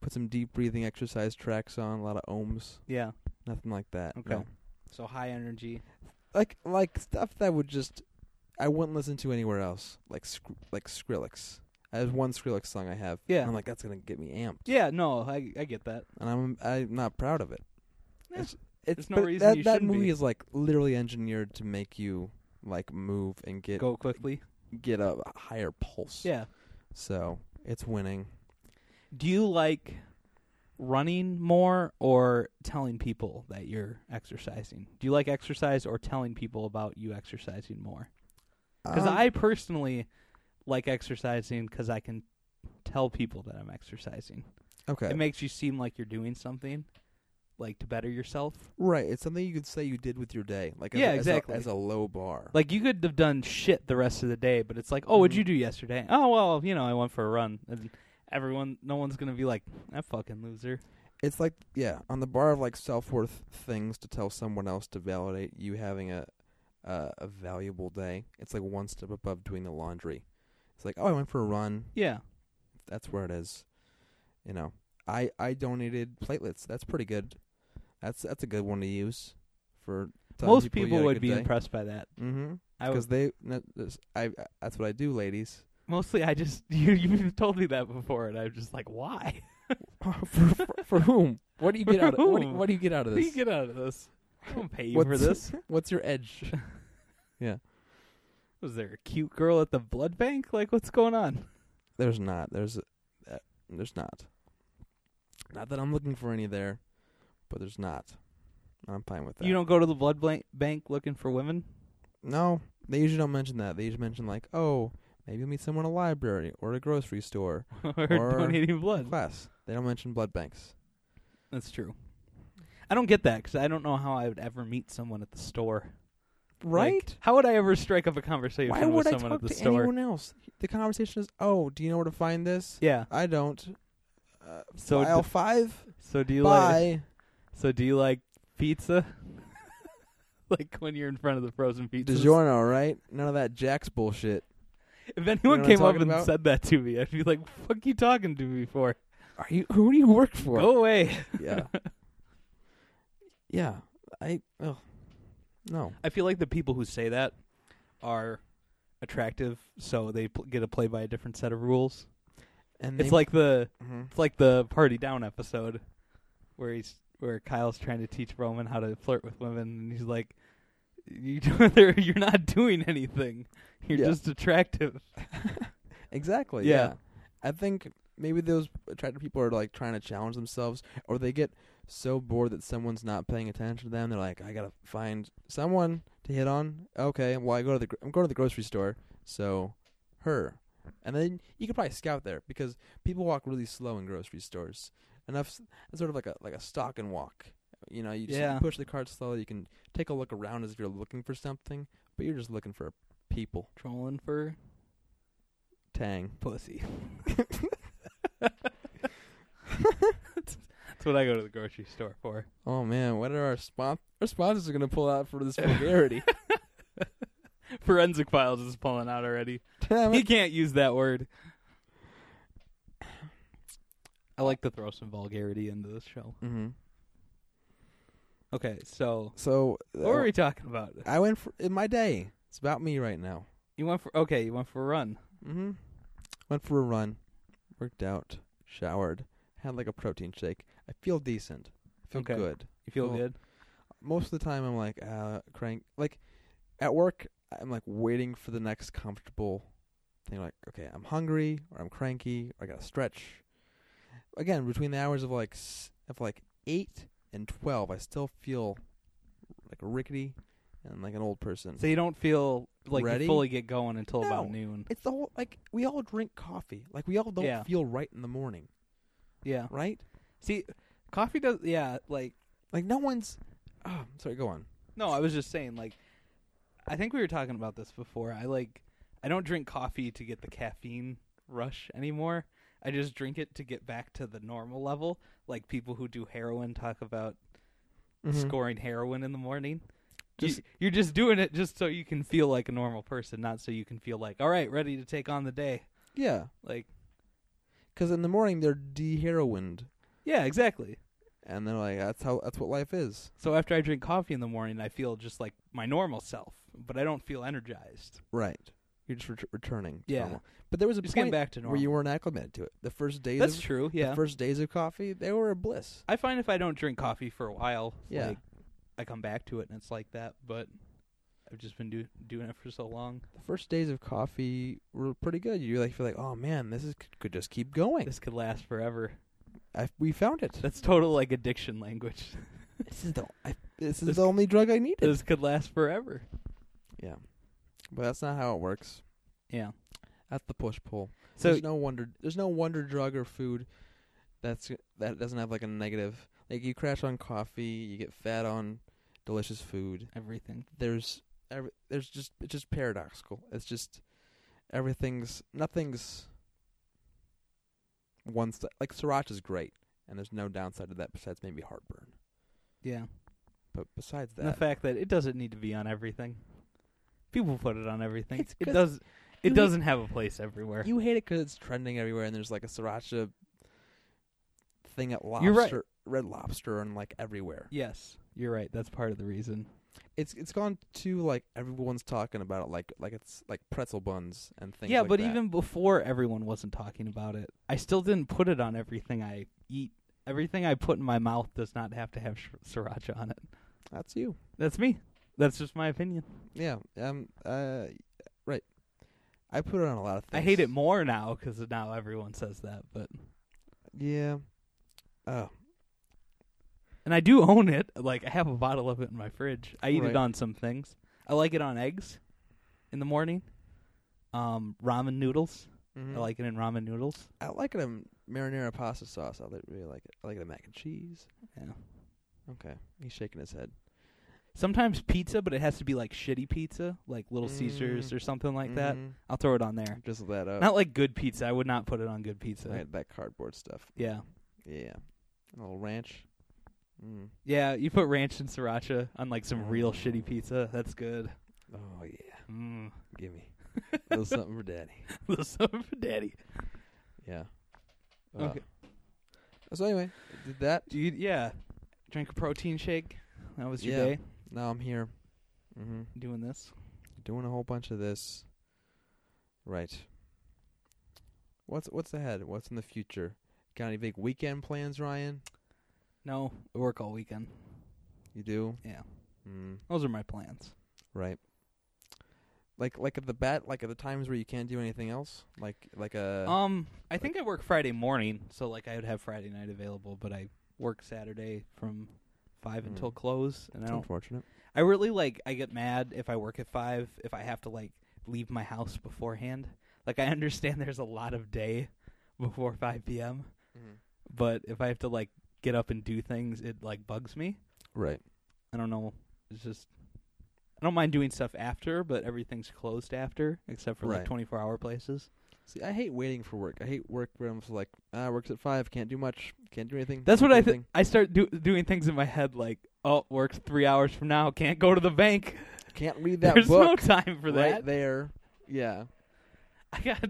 B: Put some deep breathing exercise tracks on, a lot of ohms,
A: Yeah.
B: nothing like that.
A: Okay.
B: no.
A: So high energy.
B: like like stuff that would just I wouldn't listen to anywhere else. Like Sk- like Skrillex. There's one Skrillex song I have.
A: Yeah.
B: and I'm like that's gonna get me amped,
A: Yeah. No, I I get that.
B: and I'm I'm not proud of it.
A: Eh,
B: It's,
A: there's no
B: but
A: reason
B: that
A: you
B: that
A: shouldn't
B: movie
A: be.
B: is like literally engineered to make you like move and get
A: Go quickly.
B: get a higher pulse.
A: Yeah.
B: So it's winning.
A: Do you like running more or telling people that you're exercising? Do you like exercise or telling people about you exercising more? Because
B: Um,
A: I personally like exercising because I can tell people that I'm exercising.
B: okay
A: It makes you seem like you're doing something, like to better yourself.
B: right. It's something you could say you did with your day. Like as
A: Yeah,
B: a- as a-
A: exactly.
B: as a low bar.
A: Like you could have done shit the rest of the day, but it's like, oh, what'd
B: Mhm.
A: you do yesterday? Oh well, you know, I went for a run. And everyone, no one's gonna be like, that fucking loser.
B: it's like yeah on the bar of like self-worth things to tell someone else to validate you having a uh, a valuable day it's like one step above doing the laundry it's like oh i went for a run
A: Yeah.
B: that's where it is you know i i donated platelets that's pretty good that's that's a good one to use for telling
A: Most people,
B: you had a
A: would
B: good
A: be
B: day.
A: impressed by that.
B: mhm
A: I would
B: because they no, this- I, I that's what i do ladies
A: Mostly, I just you you've told me that before, and I'm just like, why?
B: for, for, for whom what do you
A: For
B: get out of what do you,
A: whom?
B: what do you get out of
A: How do you
B: this
A: get out of this? I don't pay you for
B: What's-
A: this.
B: what's your edge
A: Was there a cute girl at the blood bank? Like, what's going on?
B: There's not. There's uh, there's not. Not that I'm looking for any there, but there's not. I'm fine with that.
A: You don't go to the blood blank bank looking for women.
B: No, they usually don't mention that. They usually mention like, oh, maybe you'll meet someone at a library or a grocery store
A: or,
B: Or-
A: donating blood.
B: class. They don't mention blood banks.
A: That's true. I don't get that because I don't know how I would ever meet someone at the store. Like, how would I ever strike up a conversation
B: Why
A: with
B: would I
A: someone
B: talk
A: at the
B: to
A: store?
B: anyone else? The conversation is, oh, do you know where to find this?
A: Yeah.
B: I don't. Uh,
A: So
B: aisle
A: d-
B: five.
A: so do you like?
B: Bye.
A: So do you like pizza? like when you're in front of the frozen pizza.
B: DiGiorno, right? None of that Jack's bullshit.
A: If
B: know
A: anyone
B: what I'm
A: came up
B: talking
A: and
B: about?
A: said that to me, I'd be like, "Fuck you talking to me for?
B: Are you? Who do you work for?
A: Go away."
B: yeah. yeah. I oh no.
A: I feel like the people who say that are attractive, so they pl- get to play by a different set of rules.
B: And
A: It's like the
B: Mhm.
A: it's like the party down episode where he's where Kyle's trying to teach Roman how to flirt with women, and he's like, "You don't- they're- you're not doing anything. You're
B: Yeah.
A: just attractive."
B: exactly. Yeah.
A: Yeah.
B: I think maybe those attractive people are like trying to challenge themselves, or they get so bored that someone's not paying attention to them. They're like, I gotta find someone to hit on. Okay, well I go to the gr- I'm going to the grocery store, so her. And then you could probably scout there because people walk really slow in grocery stores. Enough, s- it's sort of like a like a stock and walk. You know, you just
A: Yeah.
B: push the cart slowly. You can take a look around as if you're looking for something, but you're just looking for people.
A: Trolling for
B: Tang.
A: pussy. That's what I go to the grocery store for.
B: Oh man, what are our spon- our sponsors are gonna pull out for this vulgarity?
A: Forensic Files is pulling out already.
B: Damn
A: He
B: it.
A: can't use that word. I like to throw some vulgarity into this show.
B: Mm-hmm.
A: Okay, so
B: So uh,
A: what were we talking about?
B: I went for in my day. It's about me right now.
A: You went for okay, you went for a run.
B: Mm-hmm. Went for a run, worked out, showered, had like a protein shake. I feel decent. I feel
A: Okay.
B: good.
A: You feel
B: Cool.
A: good?
B: Most of the time, I'm like uh, crank. Like at work, I'm like waiting for the next comfortable thing. Like okay, I'm hungry or I'm cranky or I gotta stretch. Again, between the hours of like s- of like eight and twelve, I still feel like rickety and like an old person.
A: So you don't feel like
B: Ready?
A: you fully get going until about
B: No.
A: noon.
B: It's the whole like we all drink coffee. Like we all don't
A: Yeah.
B: feel right in the morning,
A: Yeah.
B: right?
A: See, coffee does yeah, like
B: Like no one's. Oh, sorry. Go on.
A: no, I was just saying like I think we were talking about this before. I like I don't drink coffee to get the caffeine rush anymore. I just drink it to get back to the normal level, like people who do heroin talk about scoring heroin in the morning.
B: Just-
A: you, you're Mm-hmm. just doing it just so you can feel like a normal person, not so you can feel like, all right, ready to take on the day.
B: Yeah,
A: Like,
B: because in the morning they're deheroined,
A: yeah, exactly.
B: and they're like, "That's how. That's what life is."
A: So after I drink coffee in the morning, I feel just like my normal self, but I don't feel energized.
B: Right. You're just ret- returning. to
A: Yeah.
B: normal. But there was a
A: Just getting
B: point
A: back to normal.
B: where you weren't acclimated to it. The first days.
A: That's
B: of,
A: true. Yeah.
B: The first days of coffee, they were a bliss.
A: I find if I don't drink coffee for a while,
B: Yeah.
A: like, I come back to it and it's like that. But I've just been do- doing it for so long.
B: The first days of coffee were pretty good. You like feel like, "Oh man, this is could just keep going."
A: This could last forever.
B: I, we found it.
A: That's total like addiction language.
B: This is the I, this is
A: This-
B: the only drug I needed.
A: this could last forever.
B: Yeah. But that's not how it works.
A: Yeah.
B: That's the push pull.
A: So
B: there's no wonder there's no wonder drug or food that's that doesn't have like a negative. Like you crash on coffee, you get fat on delicious food.
A: everything.
B: There's every, there's just it's just paradoxical. It's just everything's nothing's one sti- like sriracha's great and there's no downside to that besides maybe heartburn.
A: Yeah.
B: But besides
A: And the
B: that,
A: fact that it doesn't need to be on everything. People put it on everything.
B: It's
A: it
B: 'cause
A: does.
B: you
A: It
B: hate-
A: doesn't have a place everywhere.
B: You hate it 'cause it's trending everywhere, and there's like a sriracha thing at lobster,
A: You're right.
B: Red Lobster, and like everywhere.
A: yes, you're right. That's part of the reason.
B: It's it's gone to like everyone's talking about it, like like it's like pretzel buns and things.
A: yeah,
B: like
A: but
B: that.
A: even before everyone wasn't talking about it, I still didn't put it on everything I eat. Everything I put in my mouth does not have to have sh- sriracha on it.
B: that's you.
A: That's me. That's just my opinion.
B: Yeah. Um. Uh. Right. I put it on a lot of things.
A: I hate it more now 'cause now everyone says that. But
B: Yeah. Oh.
A: and I do own it. Like I have a bottle of it in my fridge. I eat
B: Right.
A: it on some things. I like it on eggs in the morning. Um, ramen noodles.
B: mhm.
A: I like it in ramen noodles.
B: I like it in marinara pasta sauce. I li- really like it. I like it in mac and cheese.
A: Yeah.
B: Okay. He's shaking his head.
A: Sometimes pizza, but it has to be like shitty pizza, like Little
B: Mm.
A: Caesars or something like that.
B: Mhm.
A: I'll throw it on there.
B: Drizzle that up.
A: Not like good pizza. I would not put it on good pizza.
B: Right, that cardboard stuff.
A: Yeah.
B: Yeah. A little ranch. Mm.
A: Yeah, you put ranch and sriracha on like some real
B: Mm.
A: shitty pizza. That's good.
B: Oh yeah.
A: Mm.
B: Give me a little something for daddy.
A: Little something for daddy.
B: Yeah.
A: Okay.
B: Uh, So anyway, did that.
A: Do you, yeah. Drink a protein shake. That was your
B: Yeah.
A: day
B: Now I'm here. hmm
A: doing this.
B: Doing a whole bunch of this. Right. What's what's ahead? What's in the future? Got any big weekend plans, Ryan?
A: No, I work all weekend.
B: You do?
A: Yeah.
B: Mm,
A: Those are my plans.
B: right. Like like at the bat like at the times where you can't do anything else? Like like uh, a
A: um, I think I work Friday morning, so like I would have Friday night available, but I work Saturday from five
B: Mm. Oh.
A: until close, and I
B: it's
A: don't.
B: unfortunate.
A: I really like. I get mad if I work at five if I have to like leave my house beforehand. Like I understand there's a lot of day before five p.m., but if I have to like get up and do things, it like bugs me.
B: Right.
A: I don't know. It's just I don't mind doing stuff after, but everything's closed after except for
B: Right.
A: like twenty four hour places.
B: See, I hate waiting for work. I hate work where I'm just like, ah, works at five, can't do much, can't do anything.
A: That's
B: can't
A: what
B: do
A: I think.
B: anything."
A: I start do- doing things in my head like, oh, works three hours from now. Can't go to the bank.
B: Can't read that
A: There's no
B: book
A: time for
B: right
A: that.
B: there. Yeah,
A: I got.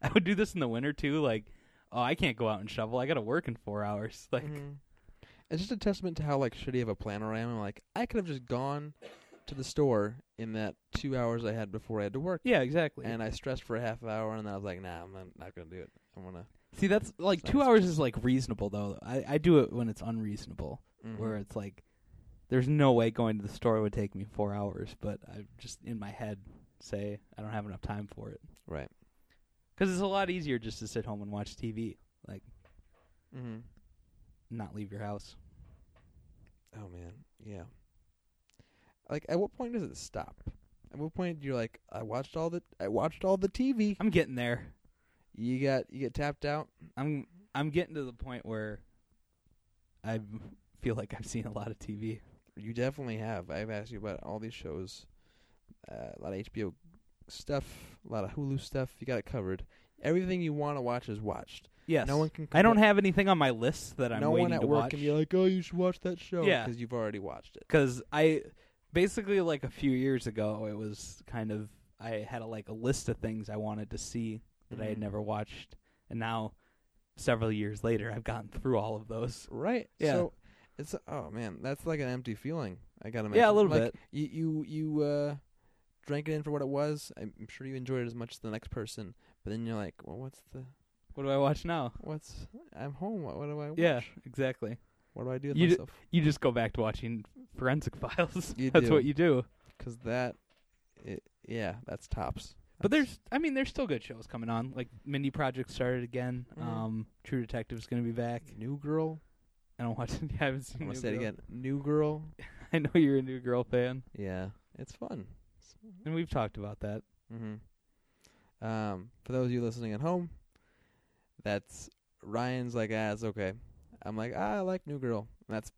A: I would do this in the winter too. Like, oh, I can't go out and shovel. I got to work in four hours. Like,
B: Mhm. It's just a testament to how like shitty of a planner I am. Like I could have just gone to the store in that two hours I had before I had to work,
A: yeah, exactly.
B: and I stressed for a half hour, and then I was like, nah, I'm not, not gonna do it. I'm gonna.
A: See, that's like
B: It's
A: two
B: nice.
A: hours is like reasonable though. I I do it when it's unreasonable,
B: Mhm.
A: where it's like there's no way going to the store would take me four hours, but I just in my head say I don't have enough time for it
B: right.
A: because it's a lot easier just to sit home and watch TV,
B: Mm-hmm.
A: not leave your house.
B: Oh man, yeah. Like, at what point does it stop? At what point you're like, I watched all the, I watched all the TV.
A: I'm getting there.
B: You got, you get tapped out.
A: I'm I'm getting to the point where I feel like I've seen a lot of TV.
B: You definitely have. I've asked you about all these shows, uh, a lot of HBO stuff, a lot of Hulu stuff. You got it covered. Everything you want to watch is watched.
A: Yes.
B: No one can.
A: I don't
B: compla-
A: have anything on my list that I'm
B: no
A: waiting
B: one at
A: to
B: work
A: watch.
B: can be like, "Oh, you should watch that show,"
A: Yeah.
B: because you've already watched it.
A: because I basically like a few years ago it was kind of I had a, like a list of things I wanted to see that I had
B: Mhm.
A: never watched, and now several years later I've gotten through all of those.
B: Right.
A: Yeah.
B: So it's oh man, that's like an empty feeling. I gotta
A: Yeah, a
B: imagine.
A: little
B: Like, You you you uh, drank it in for what it was. I'm I'm sure you enjoyed it as much as the next person. But then you're like, well, what's the
A: What do I watch now?
B: what's? I'm home. What, what do I watch?
A: Yeah, exactly.
B: What do I do with
A: You d-
B: myself?
A: You just go back to watching Forensic Files.
B: You
A: That's
B: do.
A: what you do.
B: Because that, it, yeah, that's tops.
A: But
B: That's-
A: there's, I mean, there's still good shows coming on. Like Mindy Project started again.
B: Mhm.
A: Um, True Detective's going to be back.
B: New Girl.
A: I don't watch. I haven't seen.
B: I'm gonna
A: New
B: say it
A: Girl.
B: again. New Girl.
A: I know you're a New Girl fan,
B: Yeah, it's fun.
A: and we've talked about that.
B: Mm-hmm. Um, for those of you listening at home, that's Ryan's like, ah, it's okay. I'm like, ah, I like New Girl. And that's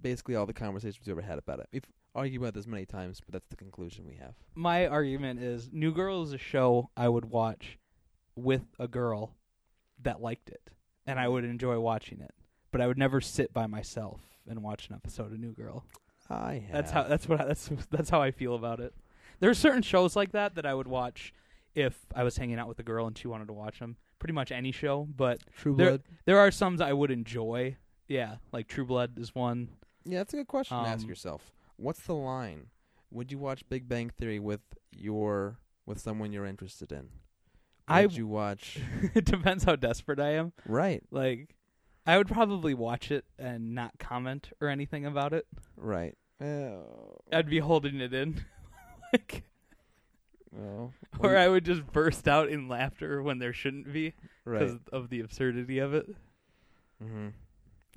B: basically all the conversations we ever had about it. We've argued about this many times, but that's the conclusion we have.
A: my argument is New Girl is a show I would watch with a girl that liked it, and
B: Mm-hmm.
A: I would enjoy watching it. But I would never sit by myself and watch an episode of New Girl.
B: I have.
A: That's how. That's what. I, that's that's how I feel about it. There are certain shows like that that I would watch if I was hanging out with a girl and she wanted to watch them. Pretty much any show, but
B: True
A: there-
B: Blood.
A: there are some that I would enjoy. Yeah, like True Blood is one.
B: Yeah, that's a good question to ask
A: Um,
B: yourself. What's the line? Would you watch Big Bang Theory with your with someone you're interested in?
A: I
B: Would you watch?
A: it depends how desperate I am.
B: right,
A: Like, I would probably watch it and not comment or anything about it.
B: right. Oh,
A: I'd be holding it in. like,
B: well,
A: or I would just burst out in laughter when there shouldn't be
B: right.
A: because of the absurdity of it.
B: Mm-hmm.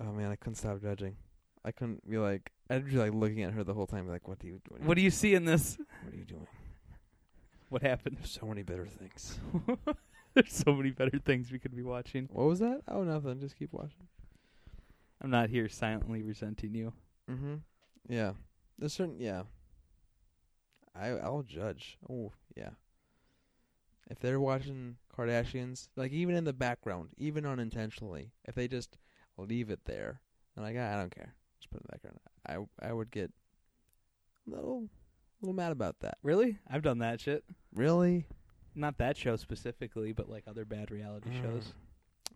B: Oh man, I couldn't stop judging. I couldn't be like, I'd be like looking at her the whole time, like, what do you, what do you,
A: What do you see in this?
B: what are you doing?
A: What happened?
B: There's so many better things.
A: There's so many better things we could be watching.
B: What was that? Oh, nothing. Just keep watching.
A: I'm not here silently resenting you.
B: Mm-hmm. Yeah. There's certain, yeah. I I'll judge. Oh yeah. If they're watching Kardashians, like even in the background, even unintentionally, if they just leave it there, and like "Ah, I don't care, just put it in the background. I I would get a little little mad about that.
A: Really? I've done that shit.
B: Really?
A: Not that show specifically, but like other bad reality shows.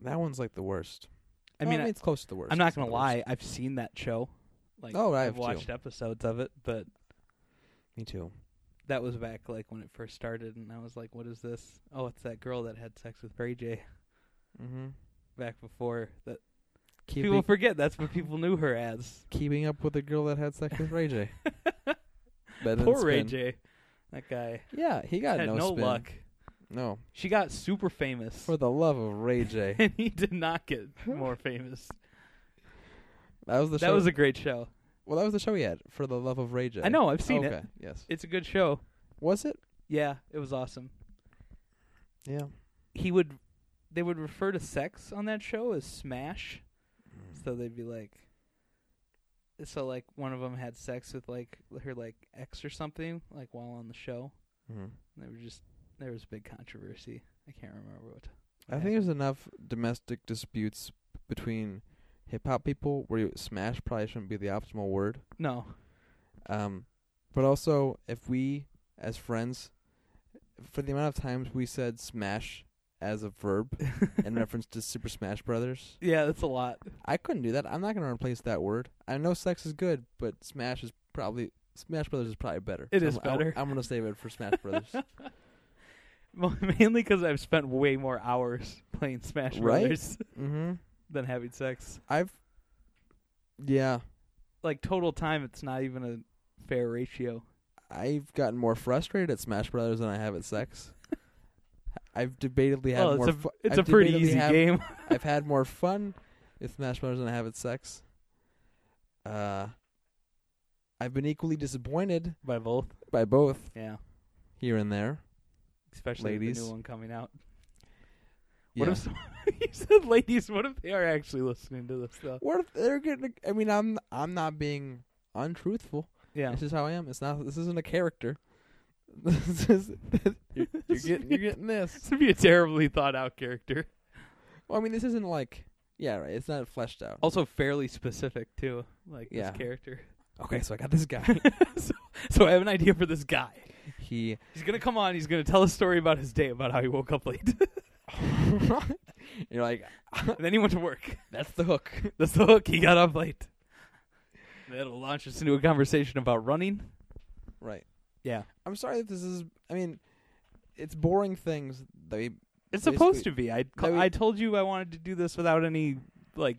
B: That one's like the worst.
A: I
B: Mm. Well,
A: mean, I,
B: it's close to the worst.
A: I'm not
B: It's
A: gonna
B: the
A: lie.
B: worst.
A: I've seen that show. Like,
B: Oh, I have
A: I've
B: too.
A: watched episodes of it, but
B: Me too.
A: that was back like when it first started, and I was like, "What is this? Oh, it's that girl that had sex with Ray J
B: Mm-hmm.
A: back before." That
B: Keeping
A: people forget that's what people knew her as.
B: keeping up with the girl that had sex with Ray J. Better than
A: Poor Ray
B: spin.
A: J. That guy
B: Yeah, he got
A: had no,
B: no, spin.
A: luck.
B: No,
A: She got super famous,
B: for the love of Ray J.
A: and he did not get more famous.
B: That was the
A: that
B: show.
A: was a great show.
B: well, that was the show he had. For the love of Ray J.
A: I know. I've seen
B: okay.
A: it.
B: Yes.
A: It's a good show.
B: Was it?
A: Yeah, it was awesome.
B: Yeah.
A: He would, they would refer to sex on that show as smash.
B: Hmm.
A: So they'd be like, so like one of them had sex with like her like ex or something like while on the show.
B: Mhm.
A: And they were just there was a big controversy. I can't remember what.
B: I think there's enough domestic disputes between hip hop people where you, smash probably shouldn't be the optimal word.
A: no.
B: Um, but also, if we as friends, for the amount of times we said smash as a verb in reference to Super Smash Brothers.
A: yeah, that's a lot.
B: I couldn't do that. I'm not going to replace that word. I know sex is good, but Smash is probably Smash Brothers is probably better.
A: It
B: It is
A: is better.
B: I'm going to save it for Smash Brothers.
A: Well, mainly because I've spent way more hours playing Smash
B: Right?
A: Brothers
B: mm-hmm.
A: than having sex.
B: I've yeah,
A: Like total time, it's not even a fair ratio.
B: I've gotten more frustrated at Smash Brothers than I have at sex. I've debatably had
A: well, Oh, it's
B: more.
A: a
B: fu-
A: it's
B: I've
A: a pretty
B: debatably
A: easy
B: have-
A: game.
B: I've had more fun with Smash Brothers than I have at sex. Uh, I've been equally disappointed
A: By both,
B: by both
A: yeah.
B: here and there.
A: Especially with
B: Ladies.
A: the new one coming out. What
B: Yeah.
A: if some- you said ladies? What if they are actually listening to this though?
B: What if they're getting? I mean, I'm I'm not being untruthful.
A: Yeah,
B: This is how I am. It's not. This isn't a character. This is you're, you're getting you're getting this.
A: this would be a terribly thought out character.
B: Well, I mean, this isn't like yeah, right. It's not fleshed out.
A: Also, fairly specific too. Like
B: Yeah.
A: this character.
B: Okay, so I got this guy.
A: so, so I have an idea for this guy.
B: he
A: He's gonna come on. He's gonna tell a story about his day, about how he woke up late,
B: you're like
A: and then he went to work.
B: that's the hook.
A: That's the hook. He got up late. That'll launch us into a conversation about running.
B: Right.
A: Yeah.
B: I'm sorry that this is. I mean, it's boring things. That we,
A: It's
B: Basically-
A: supposed to be. I
B: No, we-
A: I told you I wanted to do this without any like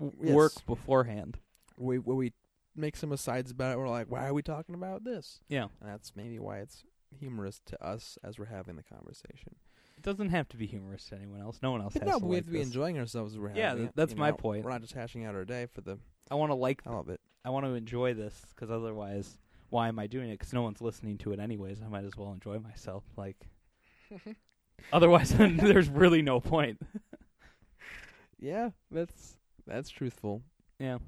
A: w-
B: Yes.
A: work beforehand.
B: we when we make some asides about it, we're like, why are we talking about this?
A: Yeah.
B: And that's maybe why it's humorous to us as we're having the conversation.
A: It doesn't have to be humorous to anyone else. No one else
B: But
A: has
B: no,
A: to
B: but we
A: like
B: have to be
A: this.
B: enjoying ourselves. As we're
A: Yeah,
B: having
A: th-
B: it,
A: that's
B: you
A: my
B: know?
A: point.
B: We're not just hashing out our day for the
A: I want to like.
B: hell of it.
A: I want to enjoy this because otherwise, why am I doing it? Because no one's listening to it anyways. I might as well enjoy myself. Like, otherwise, then there's really no point.
B: Yeah, that's that's truthful.
A: Yeah.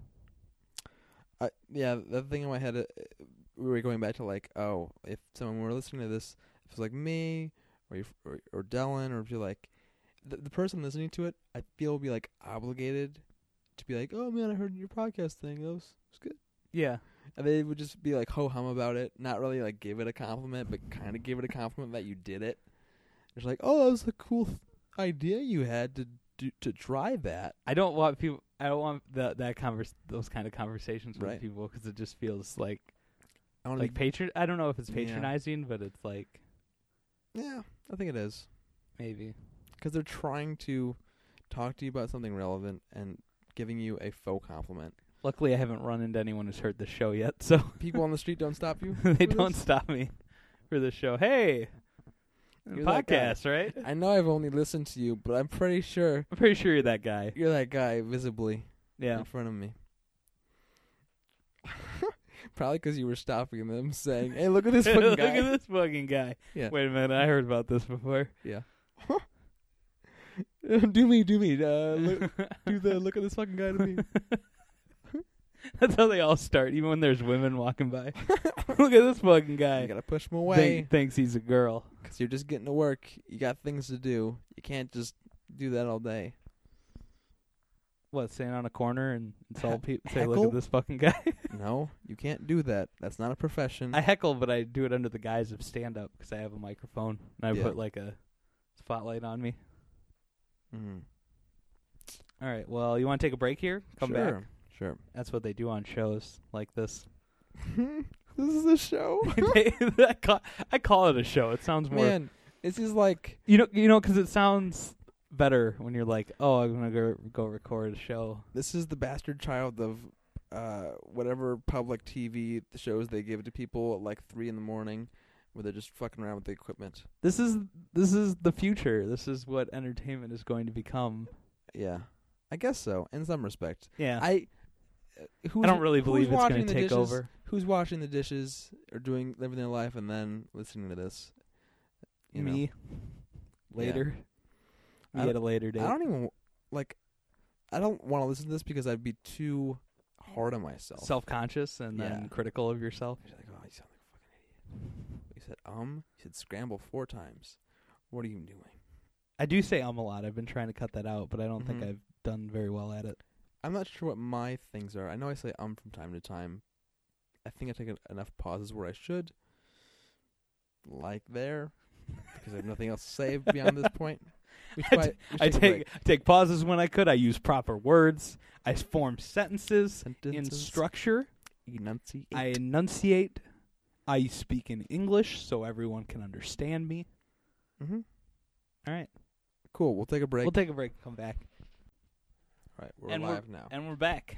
B: I, yeah, the thing in my head, uh, uh, we were going back to like, oh, if someone were listening to this, if it's like me or if- or, or Dylan, or if you're like, the, the person listening to it, I feel would be like obligated to be like, oh man, I heard your podcast thing. That was, was good.
A: Yeah.
B: And they would just be like ho hum about it, not really like give it a compliment, but kind of give it a compliment that you did it. It's like, oh, that was a cool th- idea you had to do, to try that.
A: I don't want people. I don't want that that convers those kind of conversations with
B: Right.
A: people because it just feels like
B: I want to
A: like patron. I don't know if it's
B: Yeah.
A: patronizing, but it's like
B: be, yeah, I think it is.
A: maybe.
B: because they're trying to talk to you about something relevant and giving you a faux compliment.
A: Luckily, I haven't run into anyone who's heard the show yet, so
B: People on the street don't stop you.
A: they
B: for
A: don't
B: this?
A: stop me for the show. Hey,
B: You're that guy.
A: podcast, right?
B: I know I've only listened to you, but I'm pretty sure
A: I'm pretty sure you're that guy.
B: you're that guy visibly
A: Yeah.
B: in front of me. Probably 'cause you were stopping them, saying, "Hey, look at this fucking
A: Look
B: guy."
A: at this fucking guy.
B: Yeah.
A: Wait a minute, I heard about this before.
B: do me, do me. Uh, look, do the look at this fucking guy to me.
A: That's how they all start, even when there's women walking by. Look at this fucking
B: You
A: guy.
B: gotta push him
A: Think-
B: away
A: thinks he's a girl.
B: 'cause you're just getting to work. You got things to do. You can't just do that all day.
A: What, stand on a corner and insult people? Say, look
B: Heckle?
A: at this fucking guy.
B: No, you can't do that. That's not a profession.
A: I heckle, but I do it under the guise of stand up because I have a microphone and I
B: Yeah.
A: put like a spotlight on me.
B: mm.
A: All right. Well, you want to take a break here? Come
B: sure.
A: back.
B: Sure.
A: That's what they do on shows like this.
B: this is a show.
A: They- I, call, I call it a show. It sounds more
B: Man, this is like
A: You know, you know, 'cause it sounds better when you're like, "Oh, I'm gonna go go record a show."
B: this is the bastard child of uh whatever public TV shows they give to people at like three in the morning, where they're just fucking around with the equipment.
A: This is this is the future. This is what entertainment is going to become.
B: Yeah, I guess so. In some respect,
A: Yeah, I,
B: I. uh, Who's,
A: don't really
B: who's
A: believe it's
B: washing
A: going
B: the
A: to take
B: dishes-
A: over.
B: Who's washing the dishes or doing living their life and then listening to this? You know?
A: Me later.
B: I
A: Me
B: don't-
A: at a later date.
B: I don't even like. I don't want to listen to this because I'd be too hard on myself.
A: Self conscious and
B: Yeah.
A: then critical of yourself.
B: She's like, oh, you sound like a fucking idiot. You said um. You said scramble four times. What are you doing?
A: I do say um a lot. I've been trying to cut that out, but I don't think
B: Mhm.
A: I've done very well at it.
B: I'm not sure what my things are. I know I say um from time to time. I think I take en- enough pauses where I should. Like there, because I have nothing else to say beyond this point. We should
A: I
B: probably-
A: t-
B: we should
A: I
B: a
A: take
B: break.
A: I take pauses when I could. I use proper words. I form sentences in
B: Sentences.
A: structure.
B: enunciate.
A: I enunciate. I speak in English so everyone can understand me.
B: Mhm.
A: All right.
B: Cool. We'll take a break.
A: We'll take a break and come back.
B: All right, we're
A: and we're-
B: live now.
A: And we're back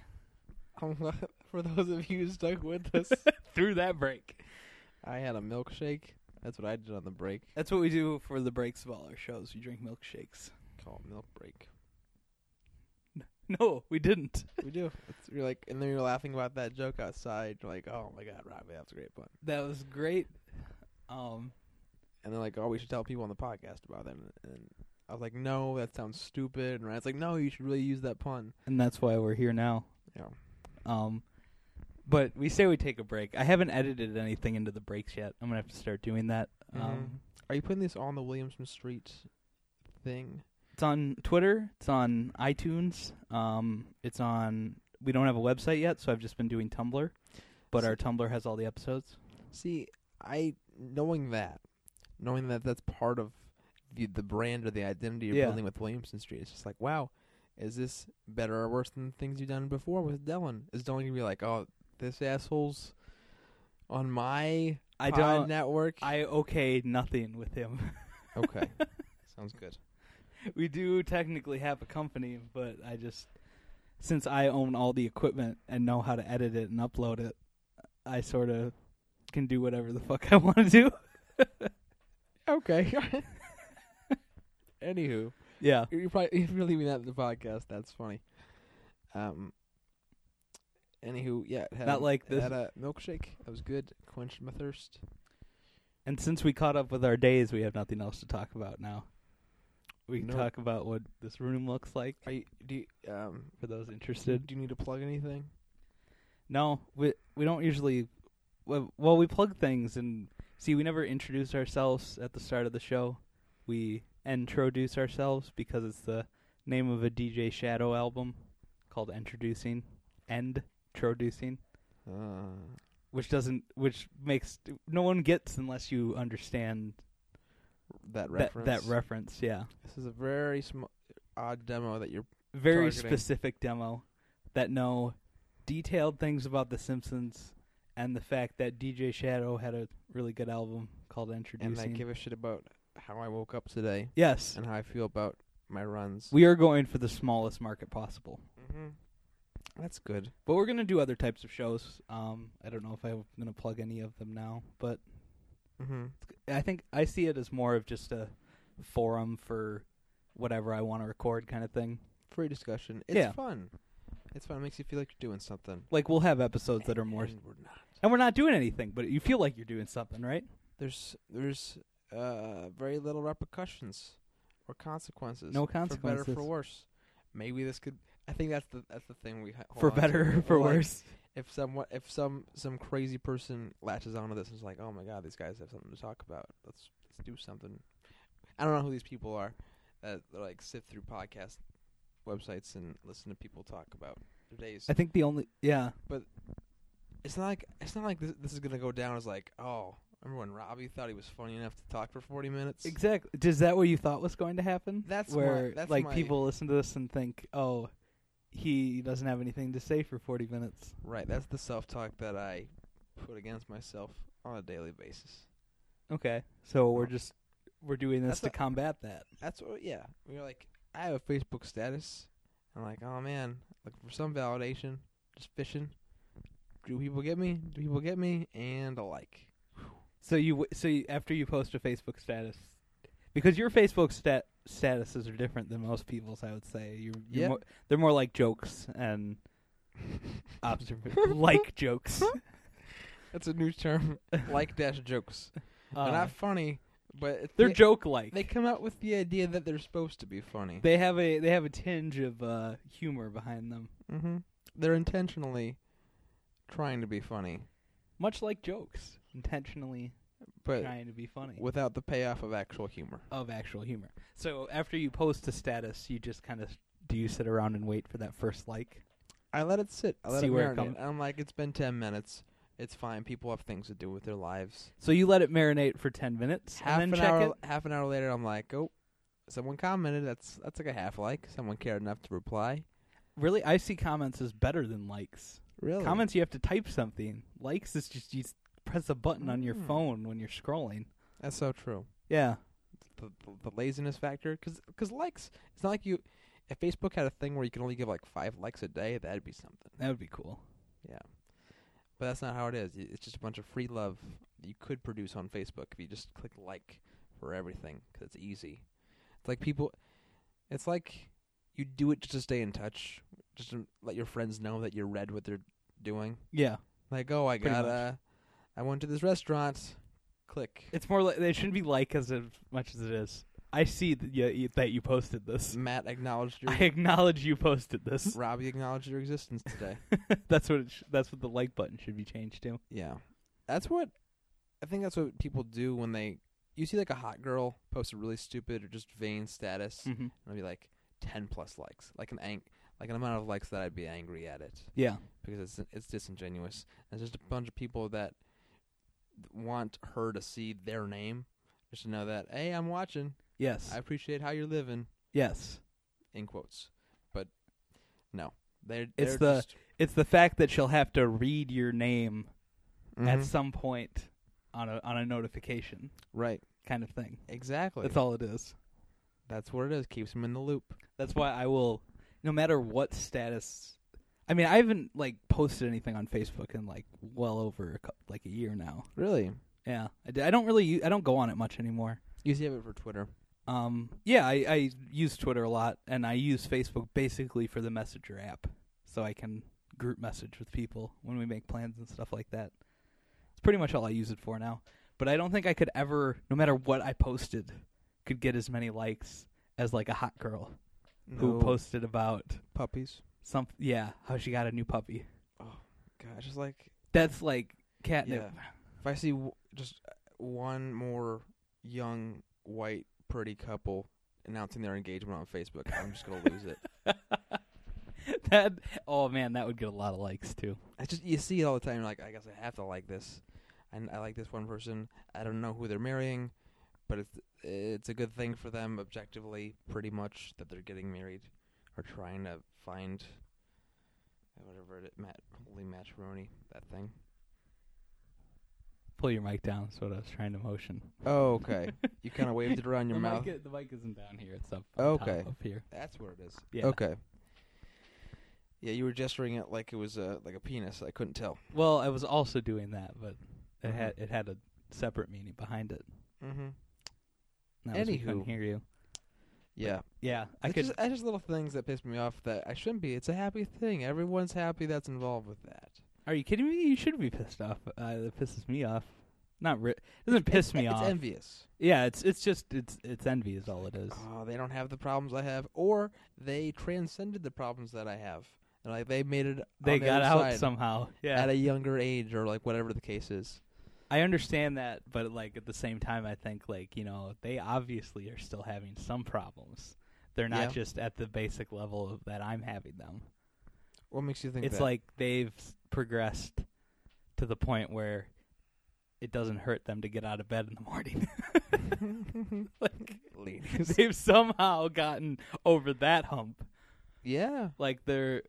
B: For those of you who stuck with us,
A: through that break.
B: I had a milkshake. That's what I did on the break.
A: That's what we do for the breaks of all our shows. We drink milkshakes.
B: Call it milk break.
A: No, we didn't.
B: We do. It's, you're like, and then you're laughing about that joke outside. You're like, oh my god, Robbie, that's great fun.
A: That was great. Um,
B: And they're like, oh, we should tell people on the podcast about that. And, and I was like, no, that sounds stupid. And Ryan's like, no, you should really use that pun.
A: and that's why we're here now.
B: Yeah.
A: Um, but we say we take a break. I haven't edited anything into the breaks yet. I'm gonna have to start doing that.
B: Mm-hmm.
A: Um,
B: Are you putting this on the Williamson Street thing?
A: it's on Twitter. It's on iTunes. Um, it's on. We don't have a website yet, so I've just been doing Tumblr. But our Tumblr has all the episodes.
B: See, I knowing that, knowing that that's part of the, the brand or the identity you're
A: Yeah.
B: building with Williamson Street, it's just like, wow, is this better or worse than things you've done before with Dylan? Is Dylan gonna be like, oh, this asshole's on my
A: I
B: pod
A: don't.
B: network?
A: I okay nothing with him.
B: okay, sounds good.
A: we do technically have a company, but I just since I own all the equipment and know how to edit it and upload it, I sort of can do whatever the fuck I want to do.
B: Okay. Anywho,
A: Yeah.
B: you're probably if you're leaving that in the podcast, that's funny. Um. Anywho, yeah, it had
A: Not
B: a-
A: like
B: it
A: this-
B: Had a milkshake. That was good. Quenched my thirst.
A: And since we caught up with our days, we have nothing else to talk about now. We can
B: Nope.
A: talk about what this room looks like
B: Are you, do you, um
A: for those
B: do,
A: interested.
B: do you need to plug anything?
A: No, we we don't usually. Well, well, we plug things and see. We never introduce ourselves at the start of the show. We introduce ourselves because it's the name of a DJ Shadow album called "Introducing" and "Introducing,"
B: Uh,
A: which doesn't, which makes no one gets unless you understand that
B: that reference.
A: that reference. Yeah,
B: this is a very sm- odd demo that you're.
A: very
B: Targeting.
A: specific demo that know detailed things about The Simpsons and the fact that DJ Shadow had a really good album called
B: And
A: Introducing.
B: I give a shit about how I woke up today
A: yes,
B: and how I feel about my runs.
A: we are going for the smallest market possible,
B: mm-hmm. That's good.
A: but we're going to do other types of shows. Um, I don't know if I'm going to plug any of them now, but
B: Mm-hmm.
A: I think I see it as more of just a forum for whatever I want to record kind of thing.
B: Free discussion. It's
A: Yeah.
B: fun. It's fun. It makes you feel like you're doing something.
A: Like we'll have episodes that are more,
B: And we're not.
A: and we're not doing anything, but you feel like you're doing something, right?
B: There's there's uh very little repercussions or consequences.
A: No
B: For better, for
A: consequences.
B: worse. Maybe this could. I think that's the that's the thing we h- hold
A: for
B: on to.
A: better, for
B: We're like,
A: worse.
B: if someone if some some crazy person latches onto this and is like, oh my god, these guys have something to talk about. Let's let's do something. I don't know who these people are that that, like sift through podcast websites and listen to people talk about their days.
A: I think the only yeah.
B: It's not like it's not like this, this is gonna go down as like, oh, remember when Robbie thought he was funny enough to talk for forty minutes?
A: Exactly. Is that what you thought was going to happen?
B: That's my-
A: where
B: that's
A: like
B: my-
A: people listen to this and think, "Oh, he doesn't have anything to say for 40 minutes."
B: Right. That's the self talk that I put against myself on a daily basis.
A: Okay. So we're
B: No.
A: just we're doing this
B: That's
A: to
B: not-
A: combat that.
B: That's what, yeah. We were like, I have a Facebook status. I'm like, oh man, looking for some validation, just fishing. Do people get me? Do people get me? And a like.
A: So you w- so you, after you post a Facebook status because your Facebook stat statuses are different than most people's, I would say. You you're
B: Yeah.
A: more, they're more like jokes and observ- like jokes.
B: That's a new term. like dash jokes.
A: Uh,
B: they're not funny, but it-
A: they're
B: they,
A: joke like.
B: They come out with the idea that they're supposed to be funny.
A: They have a they have a tinge of uh, humor behind them,
B: mm-hmm. They're intentionally trying to be funny,
A: much like jokes, intentionally
B: but
A: trying to be funny
B: without the payoff of actual humor.
A: of actual humor. So after you post a status, you just kind of do you sit around and wait for that first like?
B: I let it sit. I let
A: See
B: it
A: where it
B: marinate.
A: comes-
B: I'm like, it's been ten minutes. It's fine. People have things to do with their lives.
A: So you let it marinate for ten minutes
B: Half
A: and
B: an
A: then check
B: hour.
A: it.
B: Half an hour later, I'm like, oh, Someone commented. That's that's like a half like. Someone cared enough to reply.
A: Really, I see comments as better than likes.
B: Really?
A: Comments, you have to type something. Likes is just you s- press a button on your
B: Mm.
A: phone when you're scrolling.
B: That's so true.
A: Yeah.
B: The, the, the laziness factor, because likes. It's not like you. If Facebook had a thing where you can only give like five likes a day, that'd be something.
A: That would be cool.
B: But that's not how it is. It's just a bunch of free love that you could produce on Facebook if you just click like for everything 'cause it's easy. It's like people. It's like you do it just to stay in touch, just to let your friends know that you read what they're doing.
A: Yeah.
B: Like, oh, I
A: Pretty
B: got
A: much.
B: a, I went to this restaurant. Click.
A: It's more like it shouldn't be like as of- much as it is. I see that you, you- that you posted this.
B: Matt acknowledged your.
A: I acknowledge you posted this.
B: Robbie acknowledged your existence today.
A: that's what it sh- that's what the like button should be changed to.
B: Yeah. That's what I think that's what people do when they you see like a hot girl post a really stupid or just vain status and
A: Mm-hmm.
B: it'll be like 10 plus likes, like an ang- like an amount of likes that I'd be angry at it
A: Yeah.
B: because it's it's disingenuous. And it's just a bunch of people that want her to see their name just to know that hey, I'm watching.
A: Yes.
B: I appreciate how you're living
A: yes.
B: in quotes. But no. They're, they're
A: It's the-
B: just,
A: It's the fact that she'll have to read your name at
B: Mhm.
A: some point on a on a notification
B: right.
A: kind of thing.
B: Exactly.
A: That's all it is.
B: That's what it is. Keeps them in the loop.
A: That's why I will, no matter what status. I mean, I haven't like posted anything on Facebook in like well over a cou- like a year now.
B: Really?
A: Yeah, I, d- I don't really u- I don't go on it much anymore.
B: You see it for Twitter.
A: Um, yeah, I, I use Twitter a lot, and I use Facebook basically for the Messenger app, so I can group message with people when we make plans and stuff like that. It's pretty much all I use it for now. But I don't think I could ever, no matter what I posted, could get as many likes as like a hot girl who posted about
B: puppies?
A: some yeah how she got a new puppy.
B: God, just like
A: That's like catnip.
B: if I see w- just uh, one more young white pretty couple announcing their engagement on Facebook, I'm just gonna lose it.
A: that oh man, that would get a lot of likes too.
B: I just you see it all the time. You're like, I guess I have to like this, and I like this one person. I don't know who they're marrying, but it's it's a good thing for them objectively, pretty much, that they're getting married or trying to find whatever it mat holy matrimony that thing.
A: Pull your mic down. That's what I was trying to motion.
B: Oh, okay. Oh You kinda waved it around your
A: the
B: mouth.
A: Mic, i- the mic isn't down here. It's up. on top
B: Okay.
A: Up here.
B: That's what it is.
A: Yeah.
B: Okay. Yeah, you were gesturing it like it was a like a penis. I couldn't tell.
A: Well, I was also doing that, but it
B: Mhm.
A: had it had a separate meaning behind it.
B: Mm-hmm.
A: And That was we couldn't
B: Anywho.
A: hear you.
B: Yeah,
A: Yeah, I
B: It's
A: could.
B: Just, I just little things that piss me off that I shouldn't be. It's a happy thing. Everyone's happy that's involved with that.
A: Are you kidding me? You should be pissed off. Uh, that pisses me off. Not ri- doesn't piss me
B: it's
A: off.
B: It's envious.
A: yeah, it's it's just it's it's envy is all it is.
B: Oh, they don't have the problems I have, or they transcended the problems that I have. And like they made it. on
A: They
B: the
A: got
B: other
A: out
B: side
A: somehow. Yeah,
B: at a younger age, or like whatever the case is.
A: I understand that, but like at the same time, I think like you know they obviously are still having some problems. They're not
B: Yeah.
A: just at the basic level of that I'm having them.
B: What makes you think
A: it's
B: that?
A: like they've s- progressed to the point where it doesn't hurt them to get out of bed in the morning. like
B: Ladies.
A: they've somehow gotten over that hump.
B: yeah,
A: Like they're,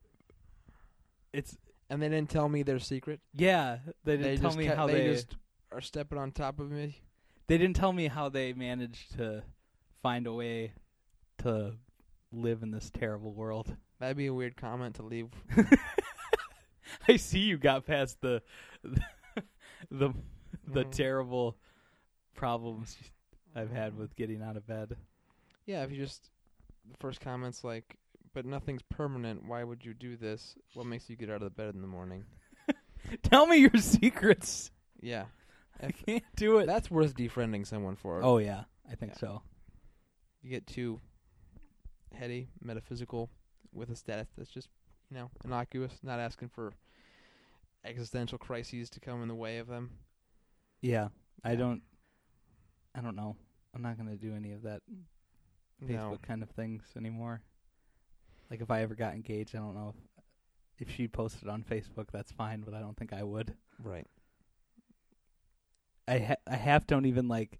A: it's
B: and they didn't tell me their secret.
A: yeah. They didn't tell
B: just
A: me
B: ca-
A: how
B: they, just are stepping on top of me.
A: they didn't tell me how they managed to find a way to live in this terrible world.
B: That'd be a weird comment to leave.
A: I see you got past the the the,
B: Mhm.
A: terrible problems I've had with getting out of bed.
B: Yeah, if you just the first comments like, but nothing's permanent. Why would you do this? What makes you get out of the bed in the morning?
A: Tell me your secrets.
B: Yeah,
A: I
B: If-
A: can't do it.
B: that's worth defriending someone for.
A: Oh yeah, I think
B: Yeah.
A: so.
B: you get too heady, metaphysical, with a status that's just you know innocuous, not asking for existential crises to come in the way of them.
A: Yeah, I
B: Yeah.
A: don't. I don't know. I'm not gonna do any of that Facebook
B: No,
A: kind of things anymore. Like if I ever got engaged, I don't know if, if she posted on Facebook. That's fine, but I don't think I would.
B: right.
A: I ha- I half don't even like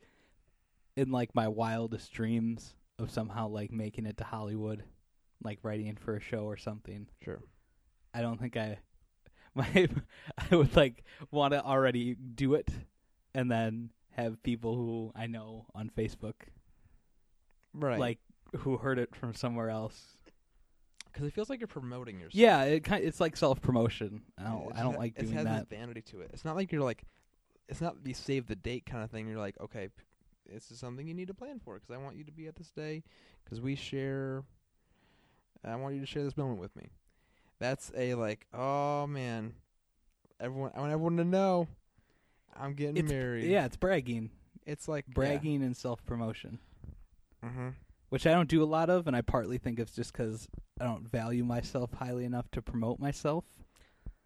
A: in like my wildest dreams. of somehow like making it to Hollywood, like writing in for a show or something.
B: Sure.
A: I don't think I my I would like want to already do it and then have people who I know on Facebook
B: Right.
A: like who heard it from somewhere else.
B: because it feels like you're promoting yourself.
A: Yeah, it kind it's like self-promotion. I don't
B: It's
A: I don't
B: ha-
A: like
B: it's
A: doing
B: has
A: that.
B: this vanity to it. It's not like you're like, it's not the save the date kind of thing. You're like, okay, p- this is something you need to plan for because I want you to be at this day because we share. I want you to share this moment with me. That's a like, oh man, everyone. I want everyone to know I'm getting
A: It's-
B: married.
A: Yeah, it's bragging,
B: it's like
A: bragging and self-promotion,
B: hmm
A: which I don't do a lot of and I partly think it's just cuz I don't value myself highly enough to promote myself.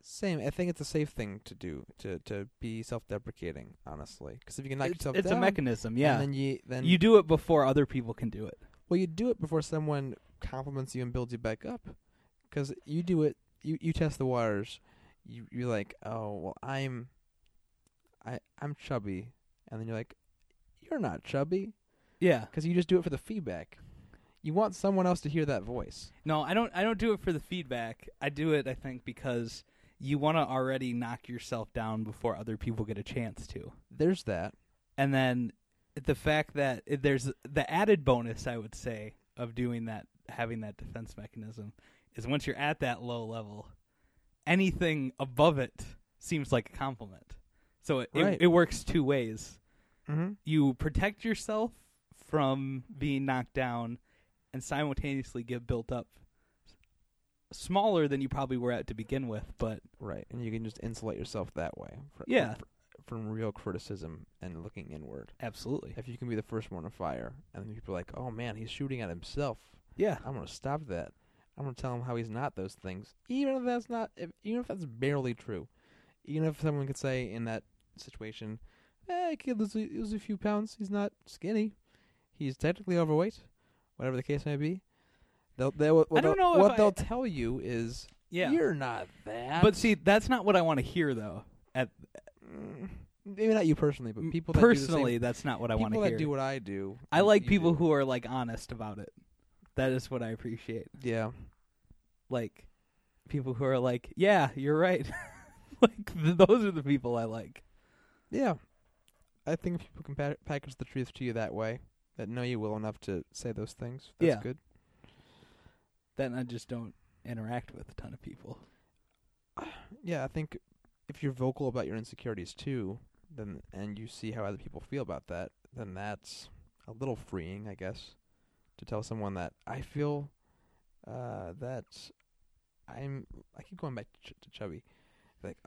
B: Same. I think it's a safe thing to do to to be self-deprecating, honestly. Because if you can knock
A: it's
B: yourself
A: it's
B: down,
A: a mechanism, yeah.
B: And then you then
A: you do it before other people can do it.
B: Well, you do it before someone compliments you and builds you back up. 'Cause you do it, you you test the waters. You you're like, oh well, I'm, I I'm chubby, and then you're like, you're not chubby,
A: Yeah.
B: 'cause you just do it for the feedback. You want someone else to hear that voice.
A: No, I don't. I don't do it for the feedback. I do it, I think, because you want to already knock yourself down before other people get a chance to,
B: There's that.
A: and then the fact that it, there's the added bonus, I would say, of doing that, having that defense mechanism, is once you're at that low level, anything above it seems like a compliment. So it
B: Right.
A: it, it works two ways.
B: Mm-hmm.
A: You protect yourself from being knocked down, and simultaneously get built up smaller than you probably were at to begin with, but
B: Right, and you can just insulate yourself that way. fr-
A: Yeah.
B: fr- from real criticism and looking inward.
A: absolutely.
B: If you can be the first one to fire, and then people are like, oh man, he's shooting at himself.
A: Yeah.
B: I'm gonna stop that. I'm gonna tell him how he's not those things, even if that's not, if, even if that's barely true. Even if someone could say in that situation, "Eh, he could lose, a- lose a few pounds. He's not skinny. He's technically overweight, whatever the case may be." They'll, they'll, what
A: I don't
B: they'll-
A: know if
B: what
A: I-
B: they'll tell you is,
A: Yeah.
B: "You're not that."
A: but see, that's not what I want to hear though.
B: Mm, maybe not you personally, but people that do the same-
A: personally, that's not what I want to
B: people
A: hear.
B: that do what I do.
A: I
B: you-
A: like
B: you
A: people
B: do.
A: who are like honest about it. That is what I appreciate.
B: yeah.
A: Like people who are like, "Yeah, you're right." like th- those are the people I like.
B: Yeah, I think if people can pa- package the truth to you that way, that know you well enough to say those things, that's
A: Yeah.
B: good.
A: That I just don't interact with a ton of people.
B: Yeah, I think if you're vocal about your insecurities too, then and you see how other people feel about that, then that's a little freeing, I guess, to tell someone that I feel uh, that I'm. I keep going back to, ch- to chubby. Like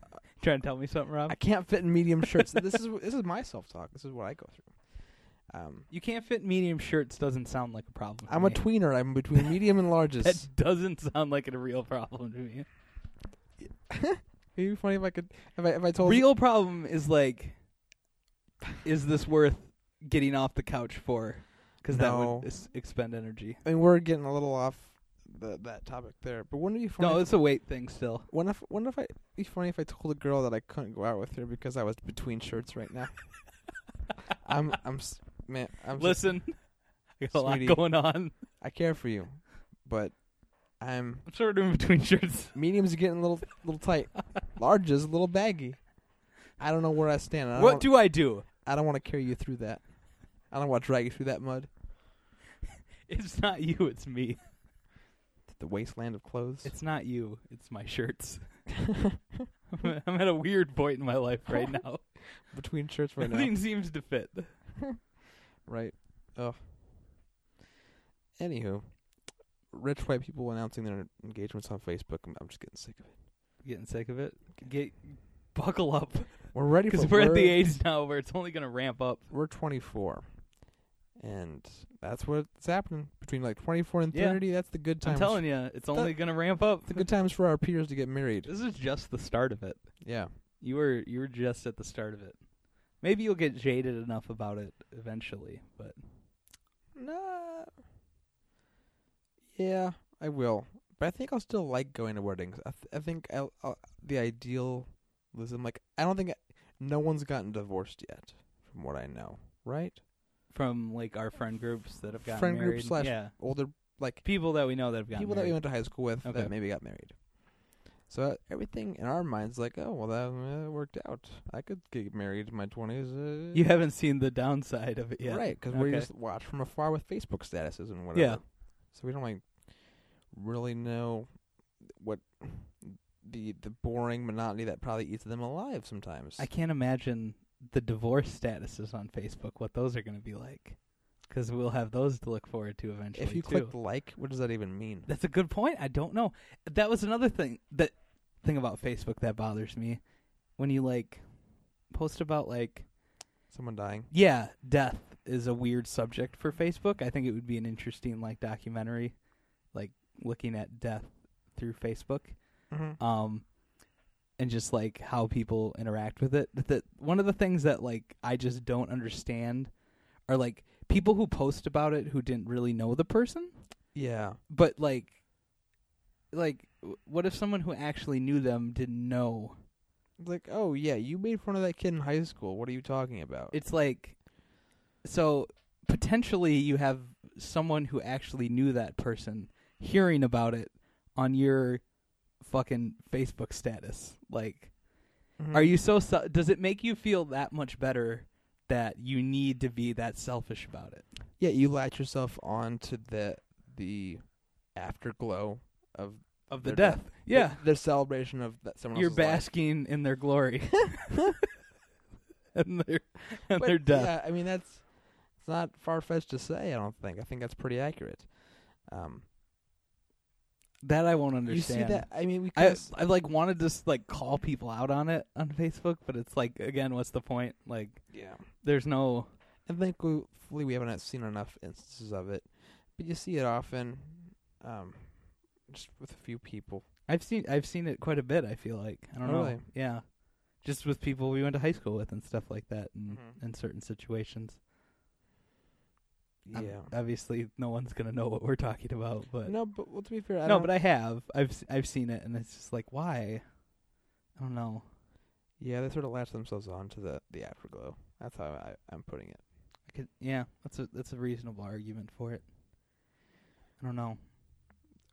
A: Trying to tell me something, Rob?
B: I can't fit in medium shirts. this is this is my self talk. This is what I go through. Um,
A: you can't fit in medium shirts doesn't sound like a problem. to
B: I'm a
A: me.
B: tweener. I'm between medium and larges.
A: That doesn't sound like a real problem to me.
B: It'd be funny if I could if I if I told
A: Real problem is like, is this worth getting off the couch for? Because that
B: No.
A: would s- expend energy.
B: I mean we're getting a little off the, that topic there, but wouldn't it be funny?
A: No,
B: if,
A: it's a weight thing still.
B: wouldn't if wouldn't if I it'd be funny if I told a girl that I couldn't go out with her because I was between shirts right now. I'm I'm s- man I'm so-
A: Listen, I got a
B: Sweetie.
A: lot going on.
B: I care for you, but I'm
A: I'm sort of in between shirts.
B: medium's getting a little little tight, large is a little baggy. I don't know where I stand. I
A: What
B: don't,
A: do I do?
B: I don't want to carry you through that. I don't want to drag you through that mud,
A: It's not you, it's me.
B: the wasteland of clothes.
A: It's not you, it's my shirts. I'm at a weird point in my life right now.
B: between shirts right now.
A: Nothing seems to fit.
B: Right. Ugh. Anywho, rich white people announcing their engagements on Facebook. I'm, I'm just getting sick of it.
A: Getting sick of it. Get buckle up
B: We're ready for
A: because we're at the
B: we're-
A: age now where it's only going to ramp up.
B: We're 24, and that's what's happening between like 24 and
A: Yeah.
B: 30. That's the good times.
A: I'm telling you, it's only going to ramp up.
B: the good times for our peers to get married.
A: This is just the start of it.
B: Yeah.
A: You were you were just at the start of it. Maybe you'll get jaded enough about it eventually, but
B: Nah. Yeah, I will. But I think I'll still like going to weddings. I, th- I think I'll, I'll, the ideal is I'm like I don't think no one's gotten divorced yet, from what I know. Right?
A: from like our friend groups that have gotten
B: Friend group
A: married.
B: slash-
A: yeah,
B: Older like
A: people that we know that have gotten
B: people that we
A: married.
B: went to high school with
A: Okay.
B: that maybe got married. So uh, everything in our minds like, oh well, that uh, worked out. I could get married in my twenties. Uh,
A: you haven't seen the downside of it yet,
B: Right, because we
A: Okay.
B: just watch from afar with Facebook statuses and whatever.
A: Yeah.
B: So we don't like really know what the the boring monotony that probably eats them alive sometimes.
A: I can't imagine the divorce statuses on Facebook. What those are going to be like, because we'll have those to look forward to eventually.
B: if you
A: too.
B: click like, what does that even mean?
A: That's a good point. I don't know. That was another thing that thing about Facebook that bothers me. When you like post about like
B: Someone dying.
A: yeah, death is a weird subject for Facebook. I think it would be an interesting like documentary like looking at death through Facebook.
B: Mm-hmm.
A: Um and just like how people interact with it. That- That one of the things that like I just don't understand are like people who post about it who didn't really know the person
B: Yeah.
A: but like like w- what if someone who actually knew them didn't know
B: It's like, oh yeah, you made fun of that kid in high school. What are you talking about?
A: it's like so potentially you have someone who actually knew that person hearing about it on your fucking facebook status like
B: Mhm.
A: are you so su- does it make you feel that much better that you need to be that selfish about it
B: Yeah, you latch yourself on to the the afterglow of
A: of the
B: Their
A: death,
B: death.
A: yeah
B: the, the celebration of that someone
A: you're
B: else's life.
A: basking in their glory and their and
B: But,
A: their death
B: Yeah, I mean that's it's not far fetched to say. I don't think. I think that's pretty accurate. Um,
A: That I won't
B: you
A: understand.
B: see that? I mean, we.
A: I
B: kinda s-
A: I like wanted to s- like call people out on it on Facebook, but it's like again, what's the point? Like,
B: yeah.
A: there's no
B: I think we, hopefully we haven't seen enough instances of it, but you see it often, um, just with a few people.
A: I've seen I've seen it quite a bit. I feel like I don't know.
B: Really?
A: Yeah, just with people we went to high school with and stuff like that, and
B: Mhm.
A: in certain situations.
B: Yeah.
A: Ob- obviously, no one's gonna know what we're talking about, Um, but
B: no, but well, to be fair, I
A: no,
B: don't,
A: but I have. I've s- I've seen it, and it's just like why. I don't know.
B: yeah, they sort of latch themselves on to the the afterglow. That's how I, I'm putting it.
A: I could, yeah, that's a that's a reasonable argument for it. I don't know.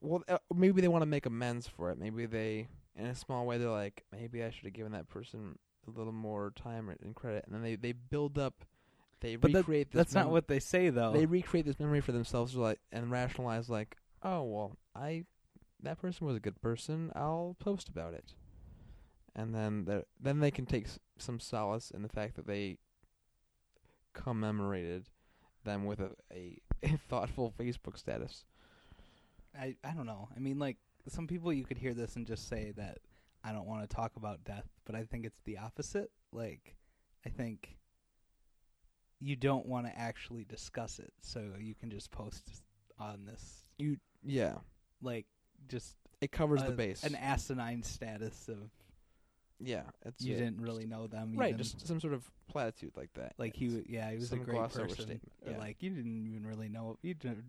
B: Well, uh, maybe they want to make amends for it. Maybe they, in a small way, they're like, maybe I should have given that person a little more time and- and credit. And then they, they build up, they
A: But that-
B: recreate this.
A: That's not
B: mem-
A: what oh. they say though.
B: they recreate this memory for themselves, like and rationalize like, oh well, I that person was a good person. I'll post about it. And then they're- then they can take s- some solace in the fact that they commemorated them with a, a, a thoughtful Facebook status.
A: I I don't know. I mean, like some people, you could hear this and just say that I don't want to talk about death, but I think it's the opposite. Like, I think you don't want to actually discuss it, so you can just post on this,
B: Yeah,
A: like, just
B: it covers the
A: a-
B: base.
A: Uh, an asinine status of
B: Yeah, it's
A: you
B: a-
A: didn't really know them, you
B: right.
A: didn't-
B: Just some sort of platitude like that.
A: like he, w- yeah, he was a
B: some
A: great
B: gloss over
A: person.
B: statement,
A: But
B: yeah.
A: Like you didn't even really know you didn't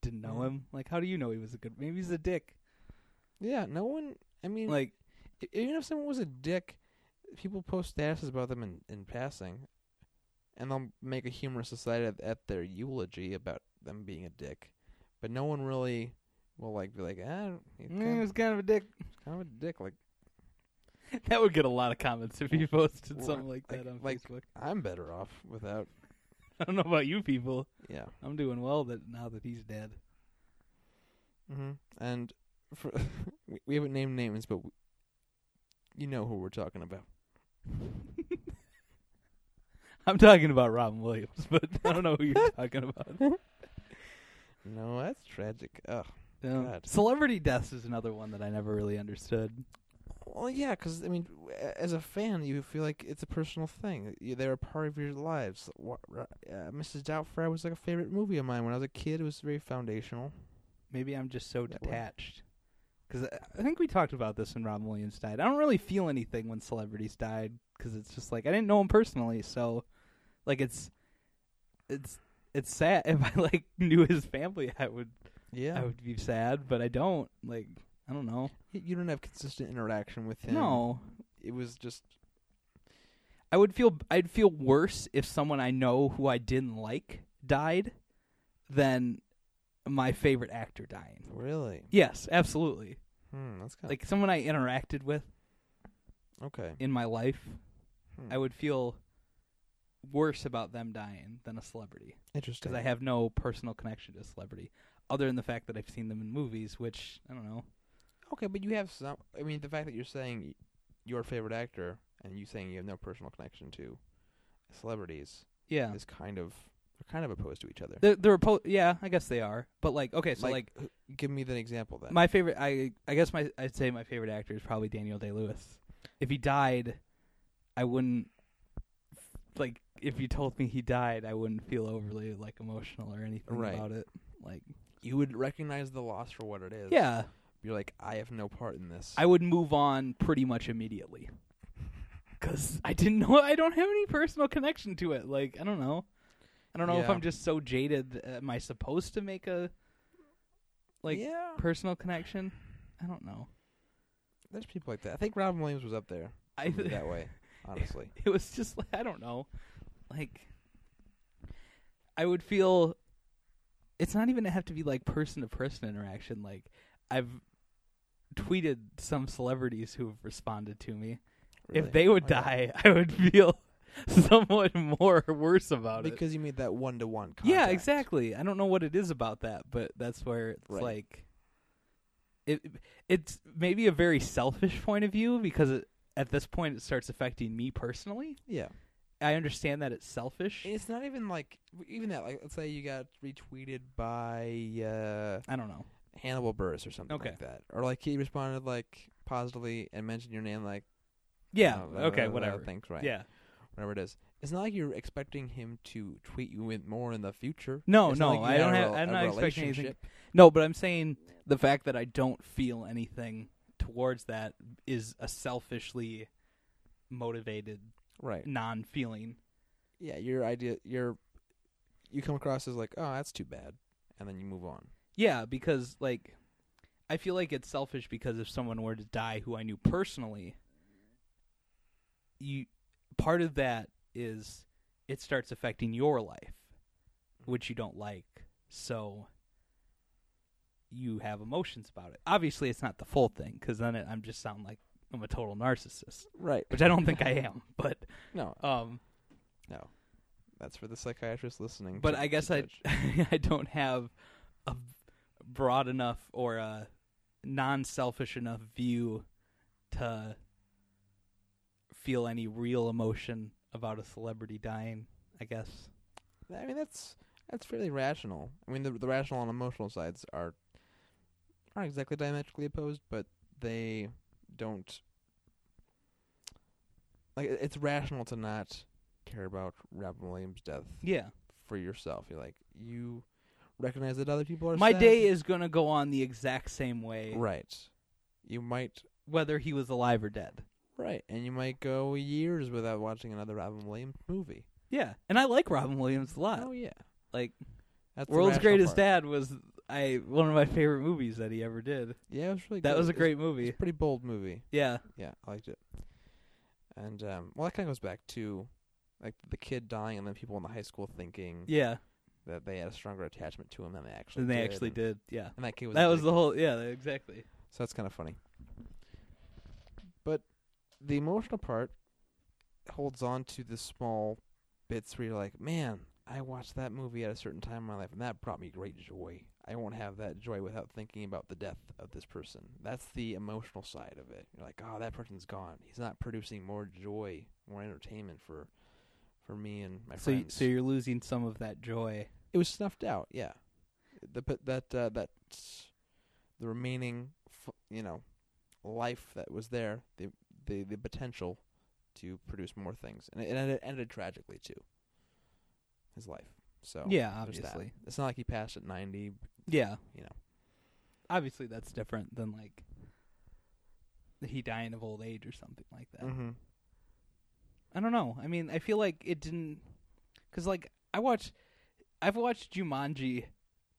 A: didn't know
B: Mhm.
A: him. Like how do you know he was a good? Maybe he's a dick.
B: yeah, no one. I mean,
A: Like
B: E- even if someone was a dick, people post statuses about them in, in passing, and they'll make a humorous aside at, at their eulogy about them being a dick, but no one really will like be like, ah, he's
A: mm,
B: kind,
A: he
B: of,
A: was kind of a dick.
B: kind of a dick. Like
A: That would get a lot of comments if you posted
B: Well,
A: something like that
B: like-
A: on
B: like-
A: Facebook.
B: I'm better off without.
A: I don't know about you people.
B: Yeah.
A: I'm doing well that now that he's dead.
B: Mm-hmm. And for we, we haven't named names, but we, you know who we're talking about.
A: I'm talking about Robin Williams, but I don't know who you're talking about.
B: No, that's tragic. Ugh.
A: No.
B: God.
A: Celebrity deaths is another one that I never really understood.
B: Well, yeah, 'cause I mean, w- a- as a fan, you feel like it's a personal thing. You- They're a part of your lives. What, uh, Mrs. Doubtfire was like a favorite movie of mine when I was a kid. It was very foundational.
A: Maybe I'm just so
B: That way.
A: detached. Because I think we talked about this when Robin Williams died. I don't really feel anything when celebrities died because it's just like I didn't know him personally, so like it's it's it's sad. If I like knew his family, I would I
B: Yeah,
A: would be sad, but I don't. Like, I don't know.
B: Y- you don't have consistent interaction with him.
A: No,
B: it was just
A: I would feel I'd feel worse if someone I know who I didn't like died than my favorite actor dying.
B: Really?
A: Yes, absolutely.
B: Hmm, that's kind
A: Like someone I interacted with
B: of okay.
A: in my life,
B: Hmm.
A: I would feel worse about them dying than a celebrity
B: Interesting.
A: because I have no personal connection to a celebrity other than the fact that I've seen them in movies, which I don't know.
B: okay, but you have some. I mean, the fact that you're saying y- your favorite actor and you saying you have no personal connection to celebrities
A: Yeah.
B: is kind of they're kind of opposed to each other.
A: They're, they're po- yeah, I guess they are. But like, okay, so like
B: h- give me an example then.
A: My favorite, I I guess my I'd say my favorite actor is probably Daniel Day Lewis. If he died, I wouldn't like. If you told me he died, I wouldn't feel overly like emotional or anything
B: Right.
A: about it. Like,
B: you would recognize the loss for what it is.
A: yeah,
B: You're like, I have no part in this.
A: I would move on pretty much immediately because I didn't know. I don't have any personal connection to it. Like, I don't know. I don't know if
B: Yeah.
A: I'm just so jaded. Am I supposed to make a like
B: yeah.
A: personal connection? I don't know.
B: There's people like that. I think Robin Williams was up there
A: I
B: maybe that way, honestly.
A: it was just like I don't know, like I would feel. It's not even to have to be like person to person interaction. Like I've tweeted some celebrities who have responded to me.
B: Really.
A: If they would
B: Okay.
A: die, I would feel somewhat more worse about it.
B: because you made that one to one contact.
A: Yeah, exactly. I don't know what it is about that, but that's where it's
B: Right.
A: like it it's maybe a very selfish point of view because it, at this point it starts affecting me personally.
B: Yeah,
A: I understand that it's selfish.
B: it's not even like even that. Like, let's say you got retweeted by uh,
A: I don't know.
B: Hannibal Burris or something
A: Okay.
B: like that, or like he responded like positively and mentioned your name, like
A: Yeah.
B: oh,
A: okay.
B: uh,
A: Whatever.
B: Thanks, right?
A: Yeah.
B: whatever it is. It's not like you're expecting him to tweet you with more in the future.
A: No,
B: It's not
A: no,
B: like you
A: I
B: had
A: don't
B: a
A: have-
B: rel-
A: I'm
B: a
A: not expecting anything.
B: relationship.
A: No, but I'm saying the fact that I don't feel anything towards that is a selfishly motivated
B: Right.
A: non-feeling.
B: Yeah, your idea, your you come across as like, oh, that's too bad, and then you move on.
A: Yeah, because like I feel like it's selfish because if someone were to die who I knew personally, you part of that is it starts affecting your life, which you don't like. So you have emotions about it. Obviously, it's not the full thing because then it, I'm just sound like I'm a total narcissist,
B: Right.
A: which I don't think I am. But
B: No,
A: um,
B: no, that's for the psychiatrist listening.
A: but
B: to-
A: I
B: to
A: guess I
B: judge.
A: I don't have a broad enough or a non selfish enough view to feel any real emotion about a celebrity dying. I guess.
B: I mean, that's that's fairly rational. I mean, the the rational and emotional sides are aren't exactly diametrically opposed, but they don't like it- it's rational to not care about Robin Williams' death
A: Yeah,
B: for yourself. You're like you recognize that other people are
A: my
B: sad.
A: day is gonna go on the exact same way,
B: right. You might
A: whether he was alive or dead.
B: right, and you might go years without watching another Robin Williams movie.
A: Yeah, and I like Robin Williams a lot.
B: oh yeah,
A: like,
B: that's the
A: World's
B: rational
A: Greatest
B: part.
A: Dad was I one of my favorite movies that he ever did.
B: Yeah, it was really
A: That
B: good.
A: was a
B: It
A: great
B: it was
A: movie.
B: a pretty bold movie.
A: Yeah,
B: Yeah, I liked it. And um well that kinda goes back to like the kid dying and then people in the high school thinking
A: yeah.
B: that they had a stronger attachment to him than they actually
A: And they
B: did.
A: actually
B: and,
A: did. Yeah.
B: And that kid was a
A: that was
B: dick,
A: the whole yeah exactly
B: so that's kinda funny. But the emotional part holds on to the small bits where you're like, Man, I watched that movie at a certain time in my life and that brought me great joy. I won't have that joy without thinking about the death of this person. That's the emotional side of it. You're like, oh, that person's gone. He's not producing more joy, more entertainment for for me and my
A: so y-
B: friends.
A: so you're losing some of that joy
B: it was snuffed out. Yeah, the but that uh, that the remaining f- you know life that was there, the the the potential to produce more things, and it, and it ended tragically too. His life. So
A: yeah
B: Oh, there's that.
A: obviously
B: It's not like he passed at 90.
A: yeah
B: You know.
A: obviously that's different than like he dying of old age or something like that
B: Mm-hmm.
A: i don't know i mean i feel like it didn't because like i watched i've watched jumanji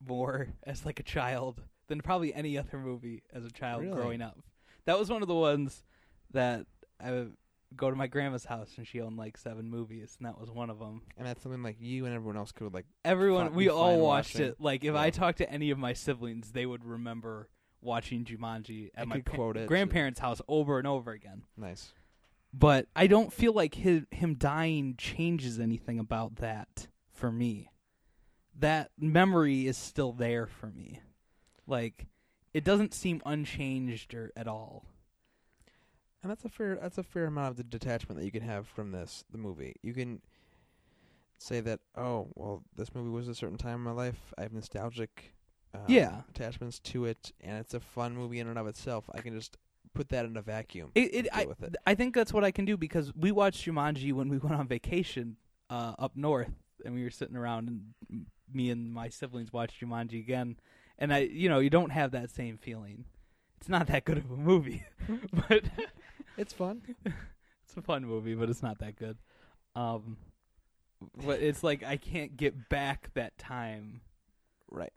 A: more as like a child than probably any other movie as a child
B: Really?
A: growing up that was one of the ones that i go to my grandma's house and she owned like seven movies and that was one of them.
B: and that's something like you and everyone else could like.
A: Everyone,
B: Fi-
A: we
B: be
A: all
B: fine
A: watched
B: watching.
A: it. Like if I
B: Yeah.
A: talked to any of my siblings, they would remember watching Jumanji at
B: I
A: my
B: could quote it.
A: grandparents' house over and over again.
B: Nice.
A: But I don't feel like his, him dying changes anything about that for me. That memory is still there for me. Like it doesn't seem unchanged or at all.
B: And that's a fair that's a fair amount of the detachment that you can have from this the movie. You can say that oh well this movie was a certain time in my life. I have nostalgic uh,
A: Yeah.
B: attachments to it, and it's a fun movie in and of itself. I can just put that in a vacuum.
A: It, it,
B: deal
A: I,
B: with it.
A: th- I think that's what I can do because we watched Jumanji when we went on vacation uh, up north, and we were sitting around, and m- me and my siblings watched Jumanji again, and I, you know, you don't have that same feeling. It's not that good of a movie, but
B: It's fun.
A: it's a fun movie, but it's not that good. Um, but it's like I can't get back that time.
B: Right.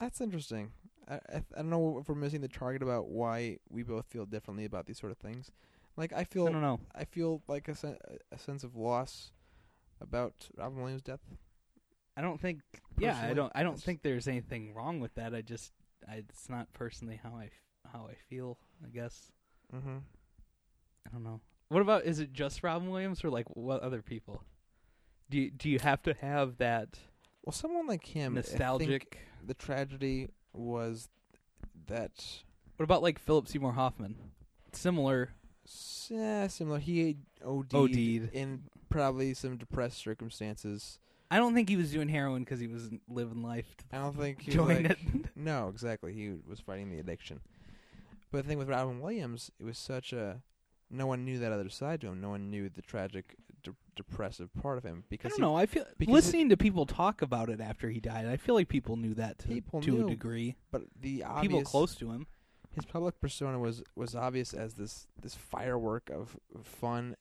B: That's interesting. I, I I don't know if we're missing the target about why we both feel differently about these sort of things. Like I
A: I
B: feel
A: don't know.
B: I feel like a sen- a sense of loss about Robin Williams' death.
A: I don't think. yeah, I
B: Personally,
A: don't. I don't
B: it's-
A: think there's anything wrong with that. I just, I, it's not personally how I, f- how I feel. I guess.
B: Mm-hmm.
A: I don't know. What about is it just Robin Williams or like what other people? Do you, do you have to have that
B: Well, someone like him, I think
A: nostalgic?
B: The tragedy was that
A: What about like Philip Seymour Hoffman? Similar.
B: s- eh, similar. He OD'd,
A: OD'd.
B: in probably some depressed circumstances.
A: I don't think he was doing heroin because he was living life.
B: I don't think he
A: Doing it.
B: like, No, exactly. He was fighting the addiction. But the thing with Robin Williams, it was such a no one knew that other side to him. No one knew the tragic, de- depressive part of him
A: I
B: because
A: don't
B: he-
A: know. I feel
B: because
A: listening to people talk about it after he died. I feel like people knew that to,
B: People
A: to a
B: knew.
A: degree.
B: But the obvious
A: People close to him.
B: his public persona was was obvious as this this firework of fun,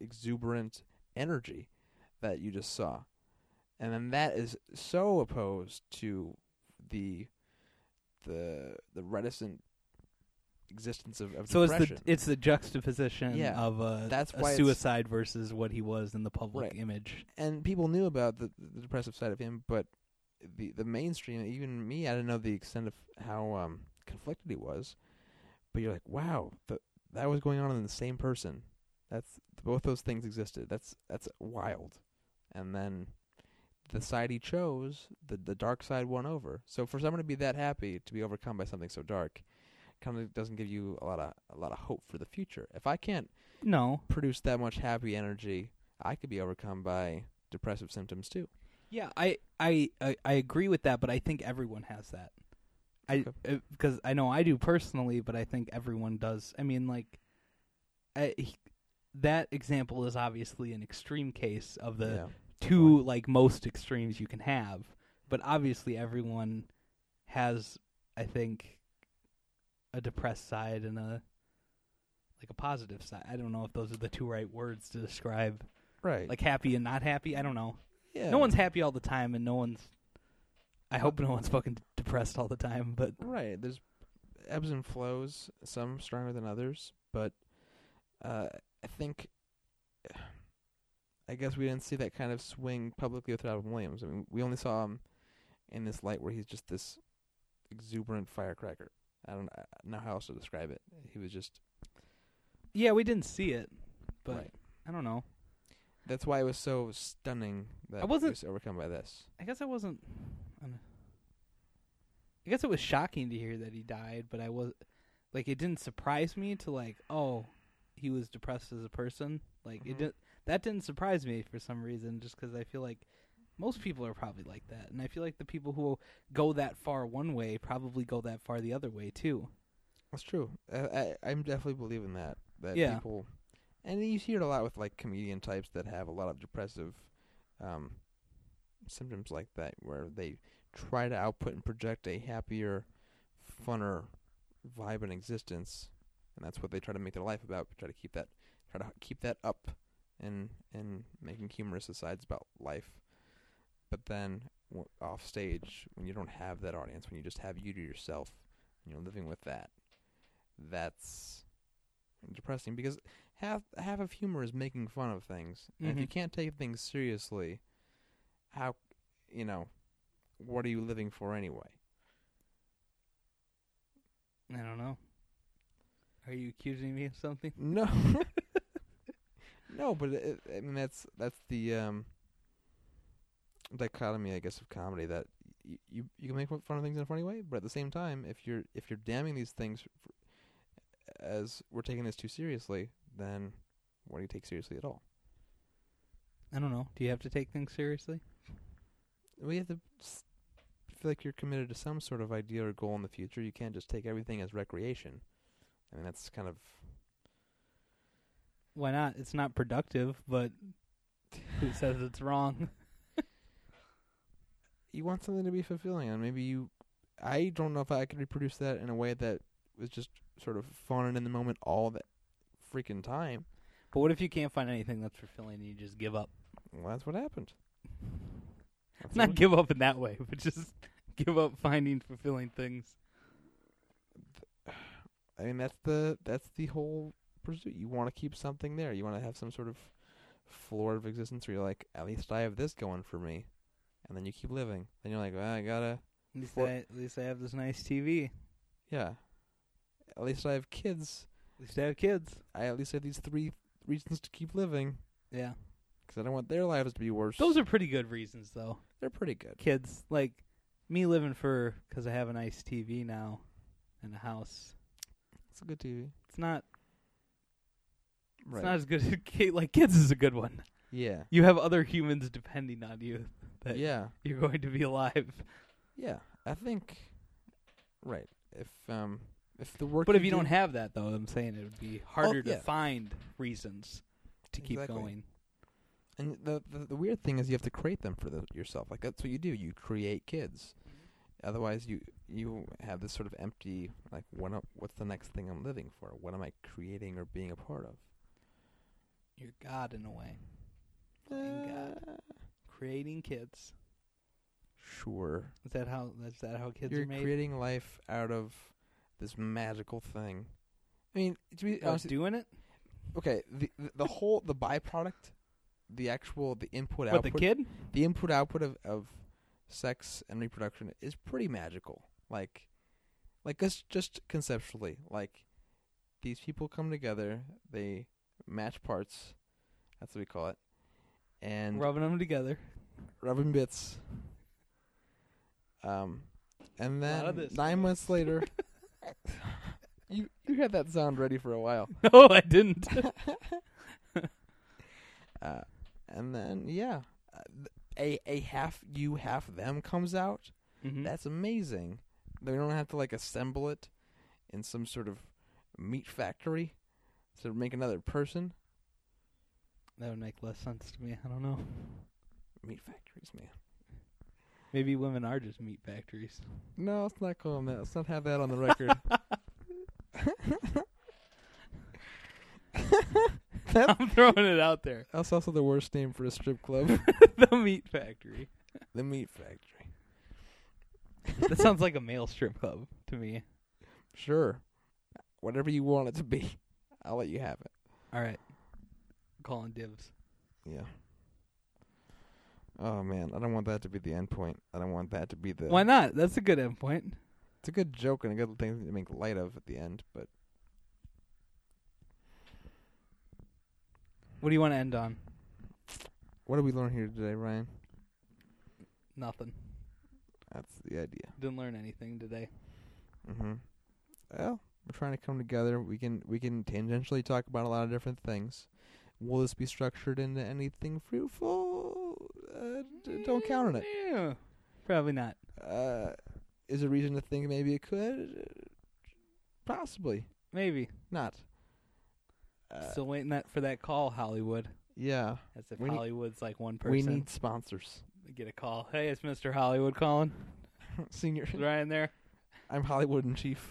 B: exuberant energy that you just saw, and then that is so opposed to the the the reticent existence of, of
A: So it's
B: depression.
A: the it's the juxtaposition
B: Yeah.
A: of a,
B: That's
A: a
B: why it's-
A: suicide versus what he was in the public
B: Right.
A: image.
B: and people knew about the, the depressive side of him, but the the mainstream, even me, I didn't know the extent of how um, conflicted he was. But you're like, wow, th- that was going on in the same person. That's both those things existed. That's that's wild. And then the side he chose, the the dark side won over. So for someone to be that happy to be overcome by something so dark, kind of doesn't give you a lot of a lot of hope for the future. If I can't
A: No,
B: produce that much happy energy, I could be overcome by depressive symptoms too.
A: Yeah, I I I, I agree with that, but I think everyone has that. I because I know I do personally, but I think everyone does. I mean, like, I, he- that example is obviously an extreme case of the
B: yeah.
A: two like most extremes you can have, but obviously everyone has, I think, a depressed side and a like a positive side. I don't know if those are the two right words to describe
B: right.
A: like happy and not happy. I don't know.
B: yeah.
A: No one's happy all the time, and no one's. I hope no one's fucking depressed all the time, but
B: right. There's ebbs and flows, some stronger than others, but uh, I think I guess we didn't see that kind of swing publicly with Robin Williams. I mean, we only saw him in this light where he's just this exuberant firecracker. I don't I don't know how else to describe it. He was just
A: yeah, we didn't see it. But
B: right.
A: I don't know.
B: That's why it was so stunning that
A: I wasn't-
B: he was overcome by this.
A: I guess I wasn't. I don't- I guess it was shocking to hear that he died, but I was like, it didn't surprise me to like, oh, he was depressed as a person. Like it
B: Mhm.
A: didn't. That didn't surprise me for some reason, just because I feel like most people are probably like that, and I feel like the people who go that far one way probably go that far the other way too.
B: That's true. I, I I'm definitely believing that that
A: Yeah.
B: people, and you see it a lot with like comedian types that have a lot of depressive um, symptoms like that, where they try to output and project a happier, funner vibe and existence, and that's what they try to make their life about. Try to keep that, try to keep that up, and and making humorous asides about life. But then w- off stage, when you don't have that audience, when you just have you to yourself, and you're living with that that's and depressing because half half of humor is making fun of things. And if you
A: Mhm.
B: can't take things seriously, how you know what are you living for anyway?
A: I don't know. Are you accusing me of something?
B: No. no, but it, I mean that's that's the um dichotomy I guess of comedy that y- you you can make fun of things in a funny way, but at the same time if you're if you're damning these things f- as we're taking this too seriously, then what do you take seriously at all?
A: I don't know. Do you have to take things seriously?
B: we have to s- feel like you're committed to some sort of idea or goal in the future. You can't just take everything as recreation. I mean, that's kind of
A: Why not? It's not productive, but who says it's wrong?
B: you want something to be fulfilling, and maybe you. I don't know if I could reproduce that in a way that was just sort of fun and in the moment all the freaking time.
A: But what if you can't find anything that's fulfilling and you just give up?
B: Well, that's what happened. That's
A: Not
B: what-
A: give up in that way, but just give up finding fulfilling things.
B: I mean, that's the that's the whole pursuit. You want to keep something there. You want to have some sort of floor of existence where you're like, at least I have this going for me, and then you keep living. Then you're like, well, I gotta,
A: At least,
B: Well-
A: I, at least I have this nice TV.
B: yeah. At least I have kids.
A: At least I have kids.
B: I at least have these three reasons to keep living
A: Yeah.
B: 'cause I don't want their lives to be worse.
A: Those are pretty good reasons, though.
B: they're pretty good.
A: Kids, like me living for because I have a nice TV now and a house.
B: It's a good TV.
A: It's not.
B: Right.
A: It's not as good. as ki- Like kids is a good one.
B: yeah.
A: You have other humans depending on you that
B: Yeah.
A: you're going to be alive.
B: Yeah. I think. Right. If um if the work.
A: But if you
B: do-
A: don't have that, though, I'm saying it would be harder
B: yeah.
A: to find reasons to keep
B: Exactly.
A: going.
B: And the, the the weird thing is you have to create them for the, yourself. Like that's what you do. You create kids.
A: Mm-hmm.
B: Otherwise, you you have this sort of empty like what am- what's the next thing I'm living for? What am I creating or being a part of?
A: You're God in a way, Playing God.
B: Uh,
A: creating kids.
B: Sure.
A: Is that how? Is that how kids
B: You're
A: are made?
B: creating life out of this magical thing. I mean, to be
A: Oh,
B: honest,
A: doing it
B: okay, the, the the whole the byproduct, the actual the input
A: with the
B: output
A: kid.
B: the input output of, of sex and reproduction is pretty magical. Like, like just just conceptually, like these people come together, they match parts. That's what we call it, and
A: rubbing them together.
B: rubbing bits. Um, and
A: Lot
B: then
A: of this.
B: nine months later, you you had that sound ready for a while.
A: No, I didn't.
B: Uh, and then yeah, uh, th- a a half you half them comes out.
A: Mhm.
B: That's amazing. They don't have to like assemble it in some sort of meat factory to make another person.
A: That would make less sense to me. I don't know.
B: Meat factories, man.
A: Maybe women are just meat factories.
B: No, let's not call them that. Let's not have that on the record. That's-
A: I'm throwing it out there.
B: That's also the worst name for a strip club.
A: the meat factory.
B: the meat factory.
A: That sounds like a male strip club to me.
B: Sure. Whatever you want it to be. I'll let you have it.
A: All right, calling dibs.
B: Yeah. Oh man, I don't want that to be the end point. I don't want that to be the
A: Why not? That's a good endpoint.
B: It's a good joke and a good thing to make light of at the end, but
A: What do you want to end on?
B: what did we learn here today, Ryan?
A: Nothing.
B: That's the idea.
A: Didn't learn anything today.
B: Mhm. Well, we're trying to come together. We can we can tangentially talk about a lot of different things. Will this be structured into anything fruitful? Uh, d- don't count on it.
A: Yeah. Probably not.
B: Uh, is there reason to think maybe it could? Possibly
A: Maybe.
B: not. Uh,
A: Still waiting that for that call, Hollywood.
B: yeah,
A: As if
B: We need-
A: Hollywood's like one person.
B: we need sponsors.
A: get a call. Hey, it's Mr. Hollywood calling.
B: Senior,
A: Is Ryan there?
B: I'm Hollywood in chief.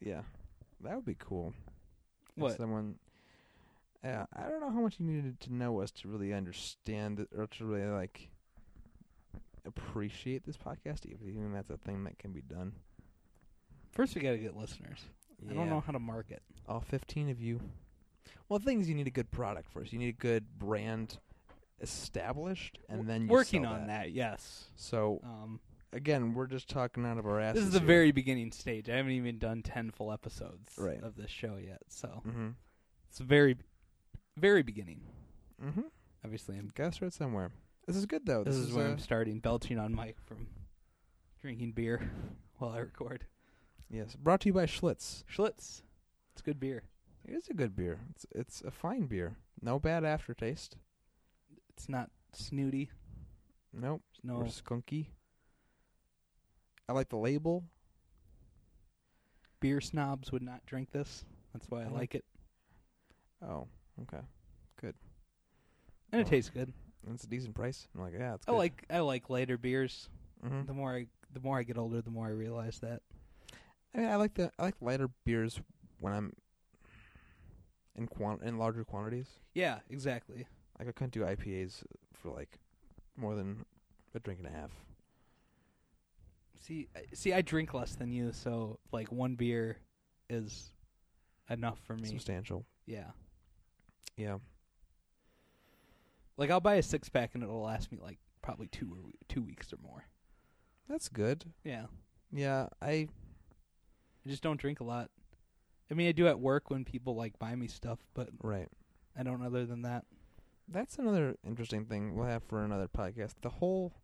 B: yeah, that would be cool. If
A: What?
B: someone? Yeah, I don't know how much you needed to know us to really understand it or to really like appreciate this podcast. Even even that's a thing that can be done.
A: First, we gotta get listeners. I don't
B: Yeah.
A: know how to market.
B: all 15 of you. Well, the thing is, you need a good product first. You need a good brand established, and
A: W-
B: then you
A: working
B: sell
A: on that. yes.
B: So
A: Um,
B: again, we're just talking out of our asses.
A: this is the
B: here.
A: very beginning stage. I haven't even done ten full episodes
B: Right.
A: of this show yet, so
B: Mhm.
A: it's very, very beginning.
B: Mhm.
A: Obviously, I'm,
B: Guess right somewhere. This is good though.
A: this, is, where
B: uh,
A: I'm starting belching on Mike from drinking beer while I record.
B: yes. Brought to you by Schlitz.
A: Schlitz, it's good beer.
B: It is a good beer. It's it's a fine beer. No bad aftertaste.
A: It's not snooty.
B: Nope.
A: There's no
B: Or skunky. I like the label.
A: beer snobs would not drink this. That's why I
B: I like-
A: like it,
B: Oh, okay.
A: and it
B: Oh.
A: tastes good.
B: It's a decent price. I'm like, yeah, it's
A: I
B: good.
A: like I like lighter beers.
B: hmm
A: The more I the more I get older, the more I realize that.
B: I mean, I like the I like lighter beers when I'm in quant in larger quantities.
A: Yeah, exactly.
B: Like I couldn't do IPAs for like more than a drink and a half.
A: See, I- see, I drink less than you, so like one beer is enough for me.
B: Substantial.
A: Yeah,
B: Yeah.
A: like I'll buy a six pack and it'll last me like probably two or two weeks or more.
B: That's good.
A: Yeah,
B: Yeah, I
A: I just don't drink a lot. I mean, I do at work when people like buy me stuff, but
B: right.
A: I don't. Other than that,
B: That's another interesting thing we'll have for another podcast. The whole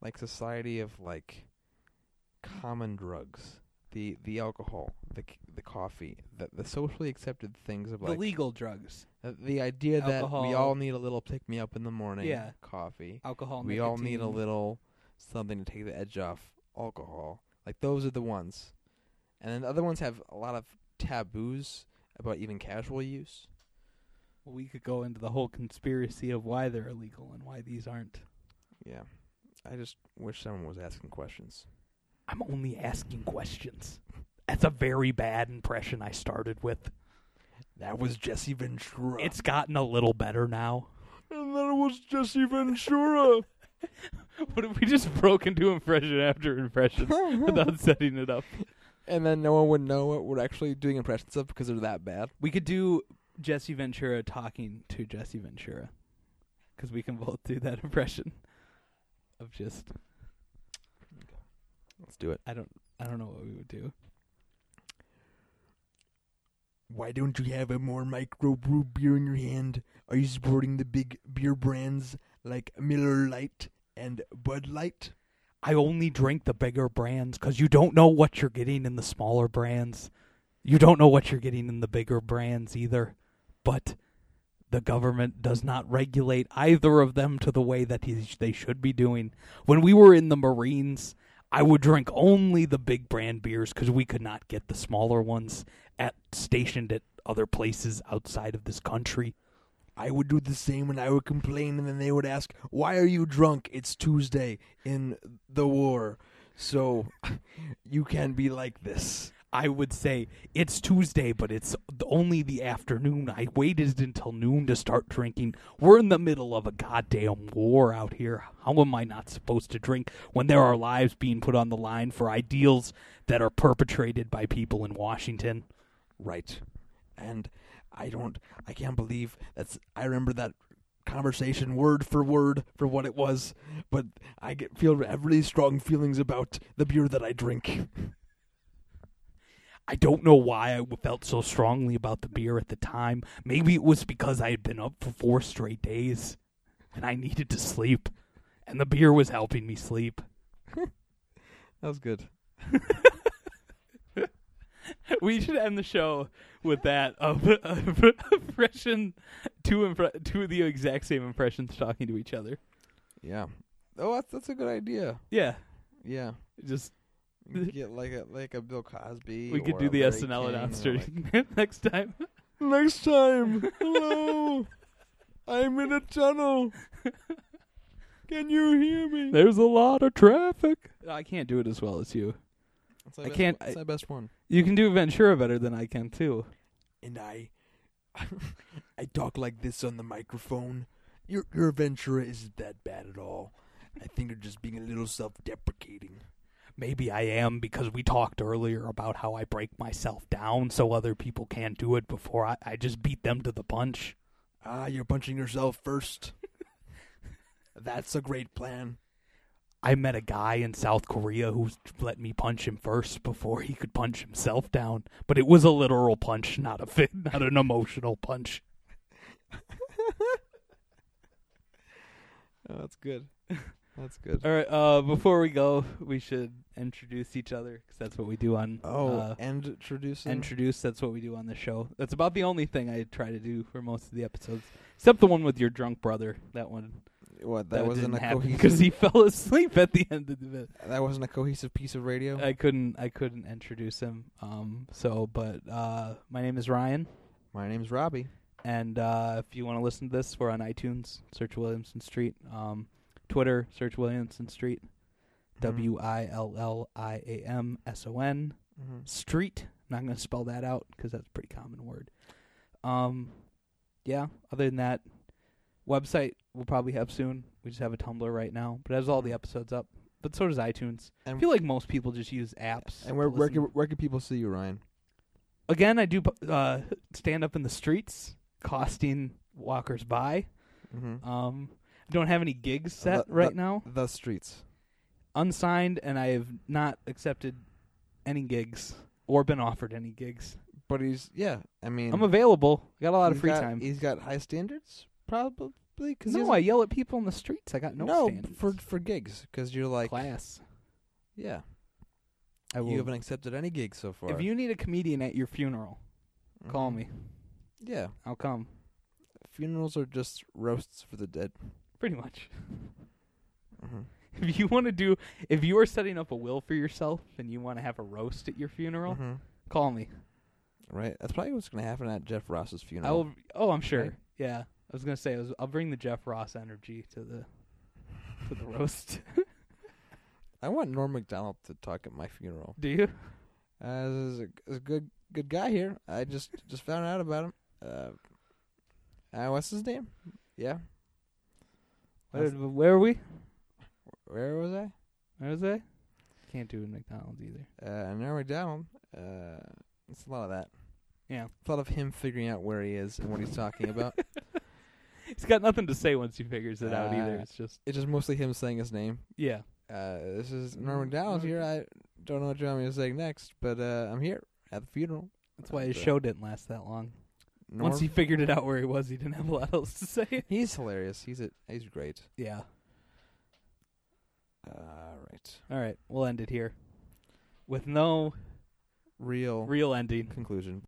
B: like society of like common drugs. The the alcohol, the c- the coffee, the the socially accepted things of like
A: the legal drugs,
B: Uh, The idea that we
A: Alcohol.
B: all need a little pick me up in the morning.
A: Yeah.
B: Coffee.
A: alcohol.
B: we all need a
A: nicotine.
B: little something to take the edge off. Alcohol. Like those are the ones. And then the other ones have a lot of taboos about even casual use.
A: We could go into the whole conspiracy of why they're illegal and why these aren't.
B: Yeah. I just wish someone was asking questions.
A: I'm only asking questions. That's a very bad impression I started with.
B: That was Jesse Ventura.
A: It's gotten a little better now.
B: and that was Jesse Ventura.
A: What if we just broke into impression after impression without setting it up?
B: and then no one would know what we're actually doing impressions of because they're that bad.
A: We could do Jesse Ventura talking to Jesse Ventura because we can both do that impression of just
B: Let's do it.
A: I don't I don't know what we would do.
B: Why don't you have a more microbrew beer in your hand? Are you supporting the big beer brands like Miller Lite and Bud Light?
A: I only drink the bigger brands because you don't know what you're getting in the smaller brands. You don't know what you're getting in the bigger brands either. But the government does not regulate either of them to the way that he, they should be doing. When we were in the Marines, I would drink only the big brand beers because we could not get the smaller ones at stationed at other places outside of this country.
B: I would do the same and I would complain and then they would ask, "Why are you drunk? It's Tuesday in the war." So you can be like this.
A: I would say it's Tuesday, but it's only the afternoon. I waited until noon to start drinking. We're in the middle of a goddamn war out here. How am I not supposed to drink when there are lives being put on the line for ideals that are perpetrated by people in Washington?
B: Right. And I don't I can't believe that's I remember that conversation word for word for what it was, but I get feel I have really strong feelings about the beer that I drink.
A: I don't know why I w- felt so strongly about the beer at the time. Maybe it was because I had been up for four straight days and I needed to sleep, and the beer was helping me sleep.
B: That was good.
A: we should end the show with that of of impression two impre- two of the exact same impressions talking to each other.
B: Yeah. Oh, that's that's a good idea.
A: Yeah,
B: Yeah.
A: just
B: You could get like a like a Bill Cosby.
A: we could
B: or
A: do
B: a
A: the
B: Larry
A: SNL
B: King or
A: announcer
B: like-
A: next time.
B: Next time, hello. I'm in a tunnel. Can you hear me?
A: There's a lot of traffic. I can't do it as well as you.
B: That's my
A: I
B: best-
A: can't-
B: That's my best one.
A: You can do Ventura better than I can too.
B: and I I talk like this on the microphone. Your your Ventura isn't that bad at all. I think you're just being a little self-deprecating.
A: Maybe I am because we talked earlier about how I break myself down so other people can't do it before I, I just beat them to the punch.
B: Ah, you're punching yourself first. That's a great plan.
A: I met a guy in South Korea who let me punch him first before he could punch himself down, but it was a literal punch, not a fit, not an emotional punch.
B: Oh, that's good. That's good.
A: All right, uh, before we go, we should introduce each other because that's what we do on
B: Oh,
A: uh,
B: and introducing.
A: introduce. That's what we do on the show. That's about the only thing I try to do for most of the episodes, except the one with your drunk brother. That one
B: what? That, wasn't
A: didn't
B: a
A: happen
B: cohesive.
A: because he fell asleep at the end of the bit.
B: that wasn't a cohesive piece of radio.
A: I couldn't I couldn't introduce him. Um, so but uh, my name is Ryan,
B: My name's Robbie.
A: and uh, if you want to listen to this, we're on iTunes. Search Williamson Street. Um, Twitter, search Williamson Street.
B: Mm-hmm.
A: W i l l i a m s o n
B: Mhm.
A: Street. I'm not going to spell that out because that's a pretty common word. Um, yeah. Other than that, website we'll probably have soon. We just have a Tumblr right now, but it has all the episodes up. But so does iTunes. I
B: Mm-hmm. And-
A: feel like most people just use apps.
B: And where
A: to
B: where
A: listen.
B: can, where can people see you, Ryan?
A: again, I do uh, stand up in the streets, costing walkers by.
B: Mm-hmm.
A: Um, I don't have any gigs
B: Uh,
A: set
B: the-
A: right now,
B: the streets.
A: unsigned, and I have not accepted any gigs or been offered any gigs.
B: But he's yeah. I mean,
A: I'm available. I got a lot of
B: he's
A: free
B: got-
A: time.
B: He's got high standards, probably. Because
A: No, I yell at people in the streets. I got no,
B: no
A: standards.
B: for for gigs because you're like
A: class.
B: yeah.
A: I will.
B: You haven't accepted any gigs so far.
A: if you need a comedian at your funeral, call
B: Mhm.
A: me.
B: Yeah,
A: I'll come.
B: funerals are just roasts for the dead.
A: Pretty much.
B: Mhm.
A: If you want to do, if you are setting up a will for yourself and you want to have a roast at your funeral,
B: Mhm.
A: call me.
B: Right. That's probably what's gonna happen at Jeff Ross's funeral.
A: I will. Oh, I'm sure.
B: Right?
A: Yeah, I was gonna say I was, I'll bring the Jeff Ross energy to the to the roast.
B: I want Norm Macdonald to talk at my funeral.
A: do you?
B: Uh, this is a, is a good good guy here. I just just found out about him. Uh, uh, what's his name? Yeah.
A: Where,
B: That's-
A: where are we?
B: Where was I?
A: Where was I? Can't do McDonald's either.
B: Uh, Norm Macdonald. Uh, it's a lot of that.
A: Yeah.
B: It's a lot of him figuring out where he is and what he's talking about.
A: He's got nothing to say once he figures it out either.
B: Uh,
A: It's just
B: It's just mostly him saying his name.
A: Ah. yeah.
B: Uh, this is
A: Mm,
B: Norm McDonald
A: Norm-
B: here. I don't know what you want me to say next, but uh, I'm here at the funeral.
A: That's why his
B: Okay.
A: show didn't last that long.
B: Norm,
A: Once he figured it out where he was, he didn't have a lot else to say.
B: he's hilarious. He's a, he's great.
A: yeah.
B: All right,
A: All right, we'll end it here with no
B: real
A: real ending.
B: conclusion.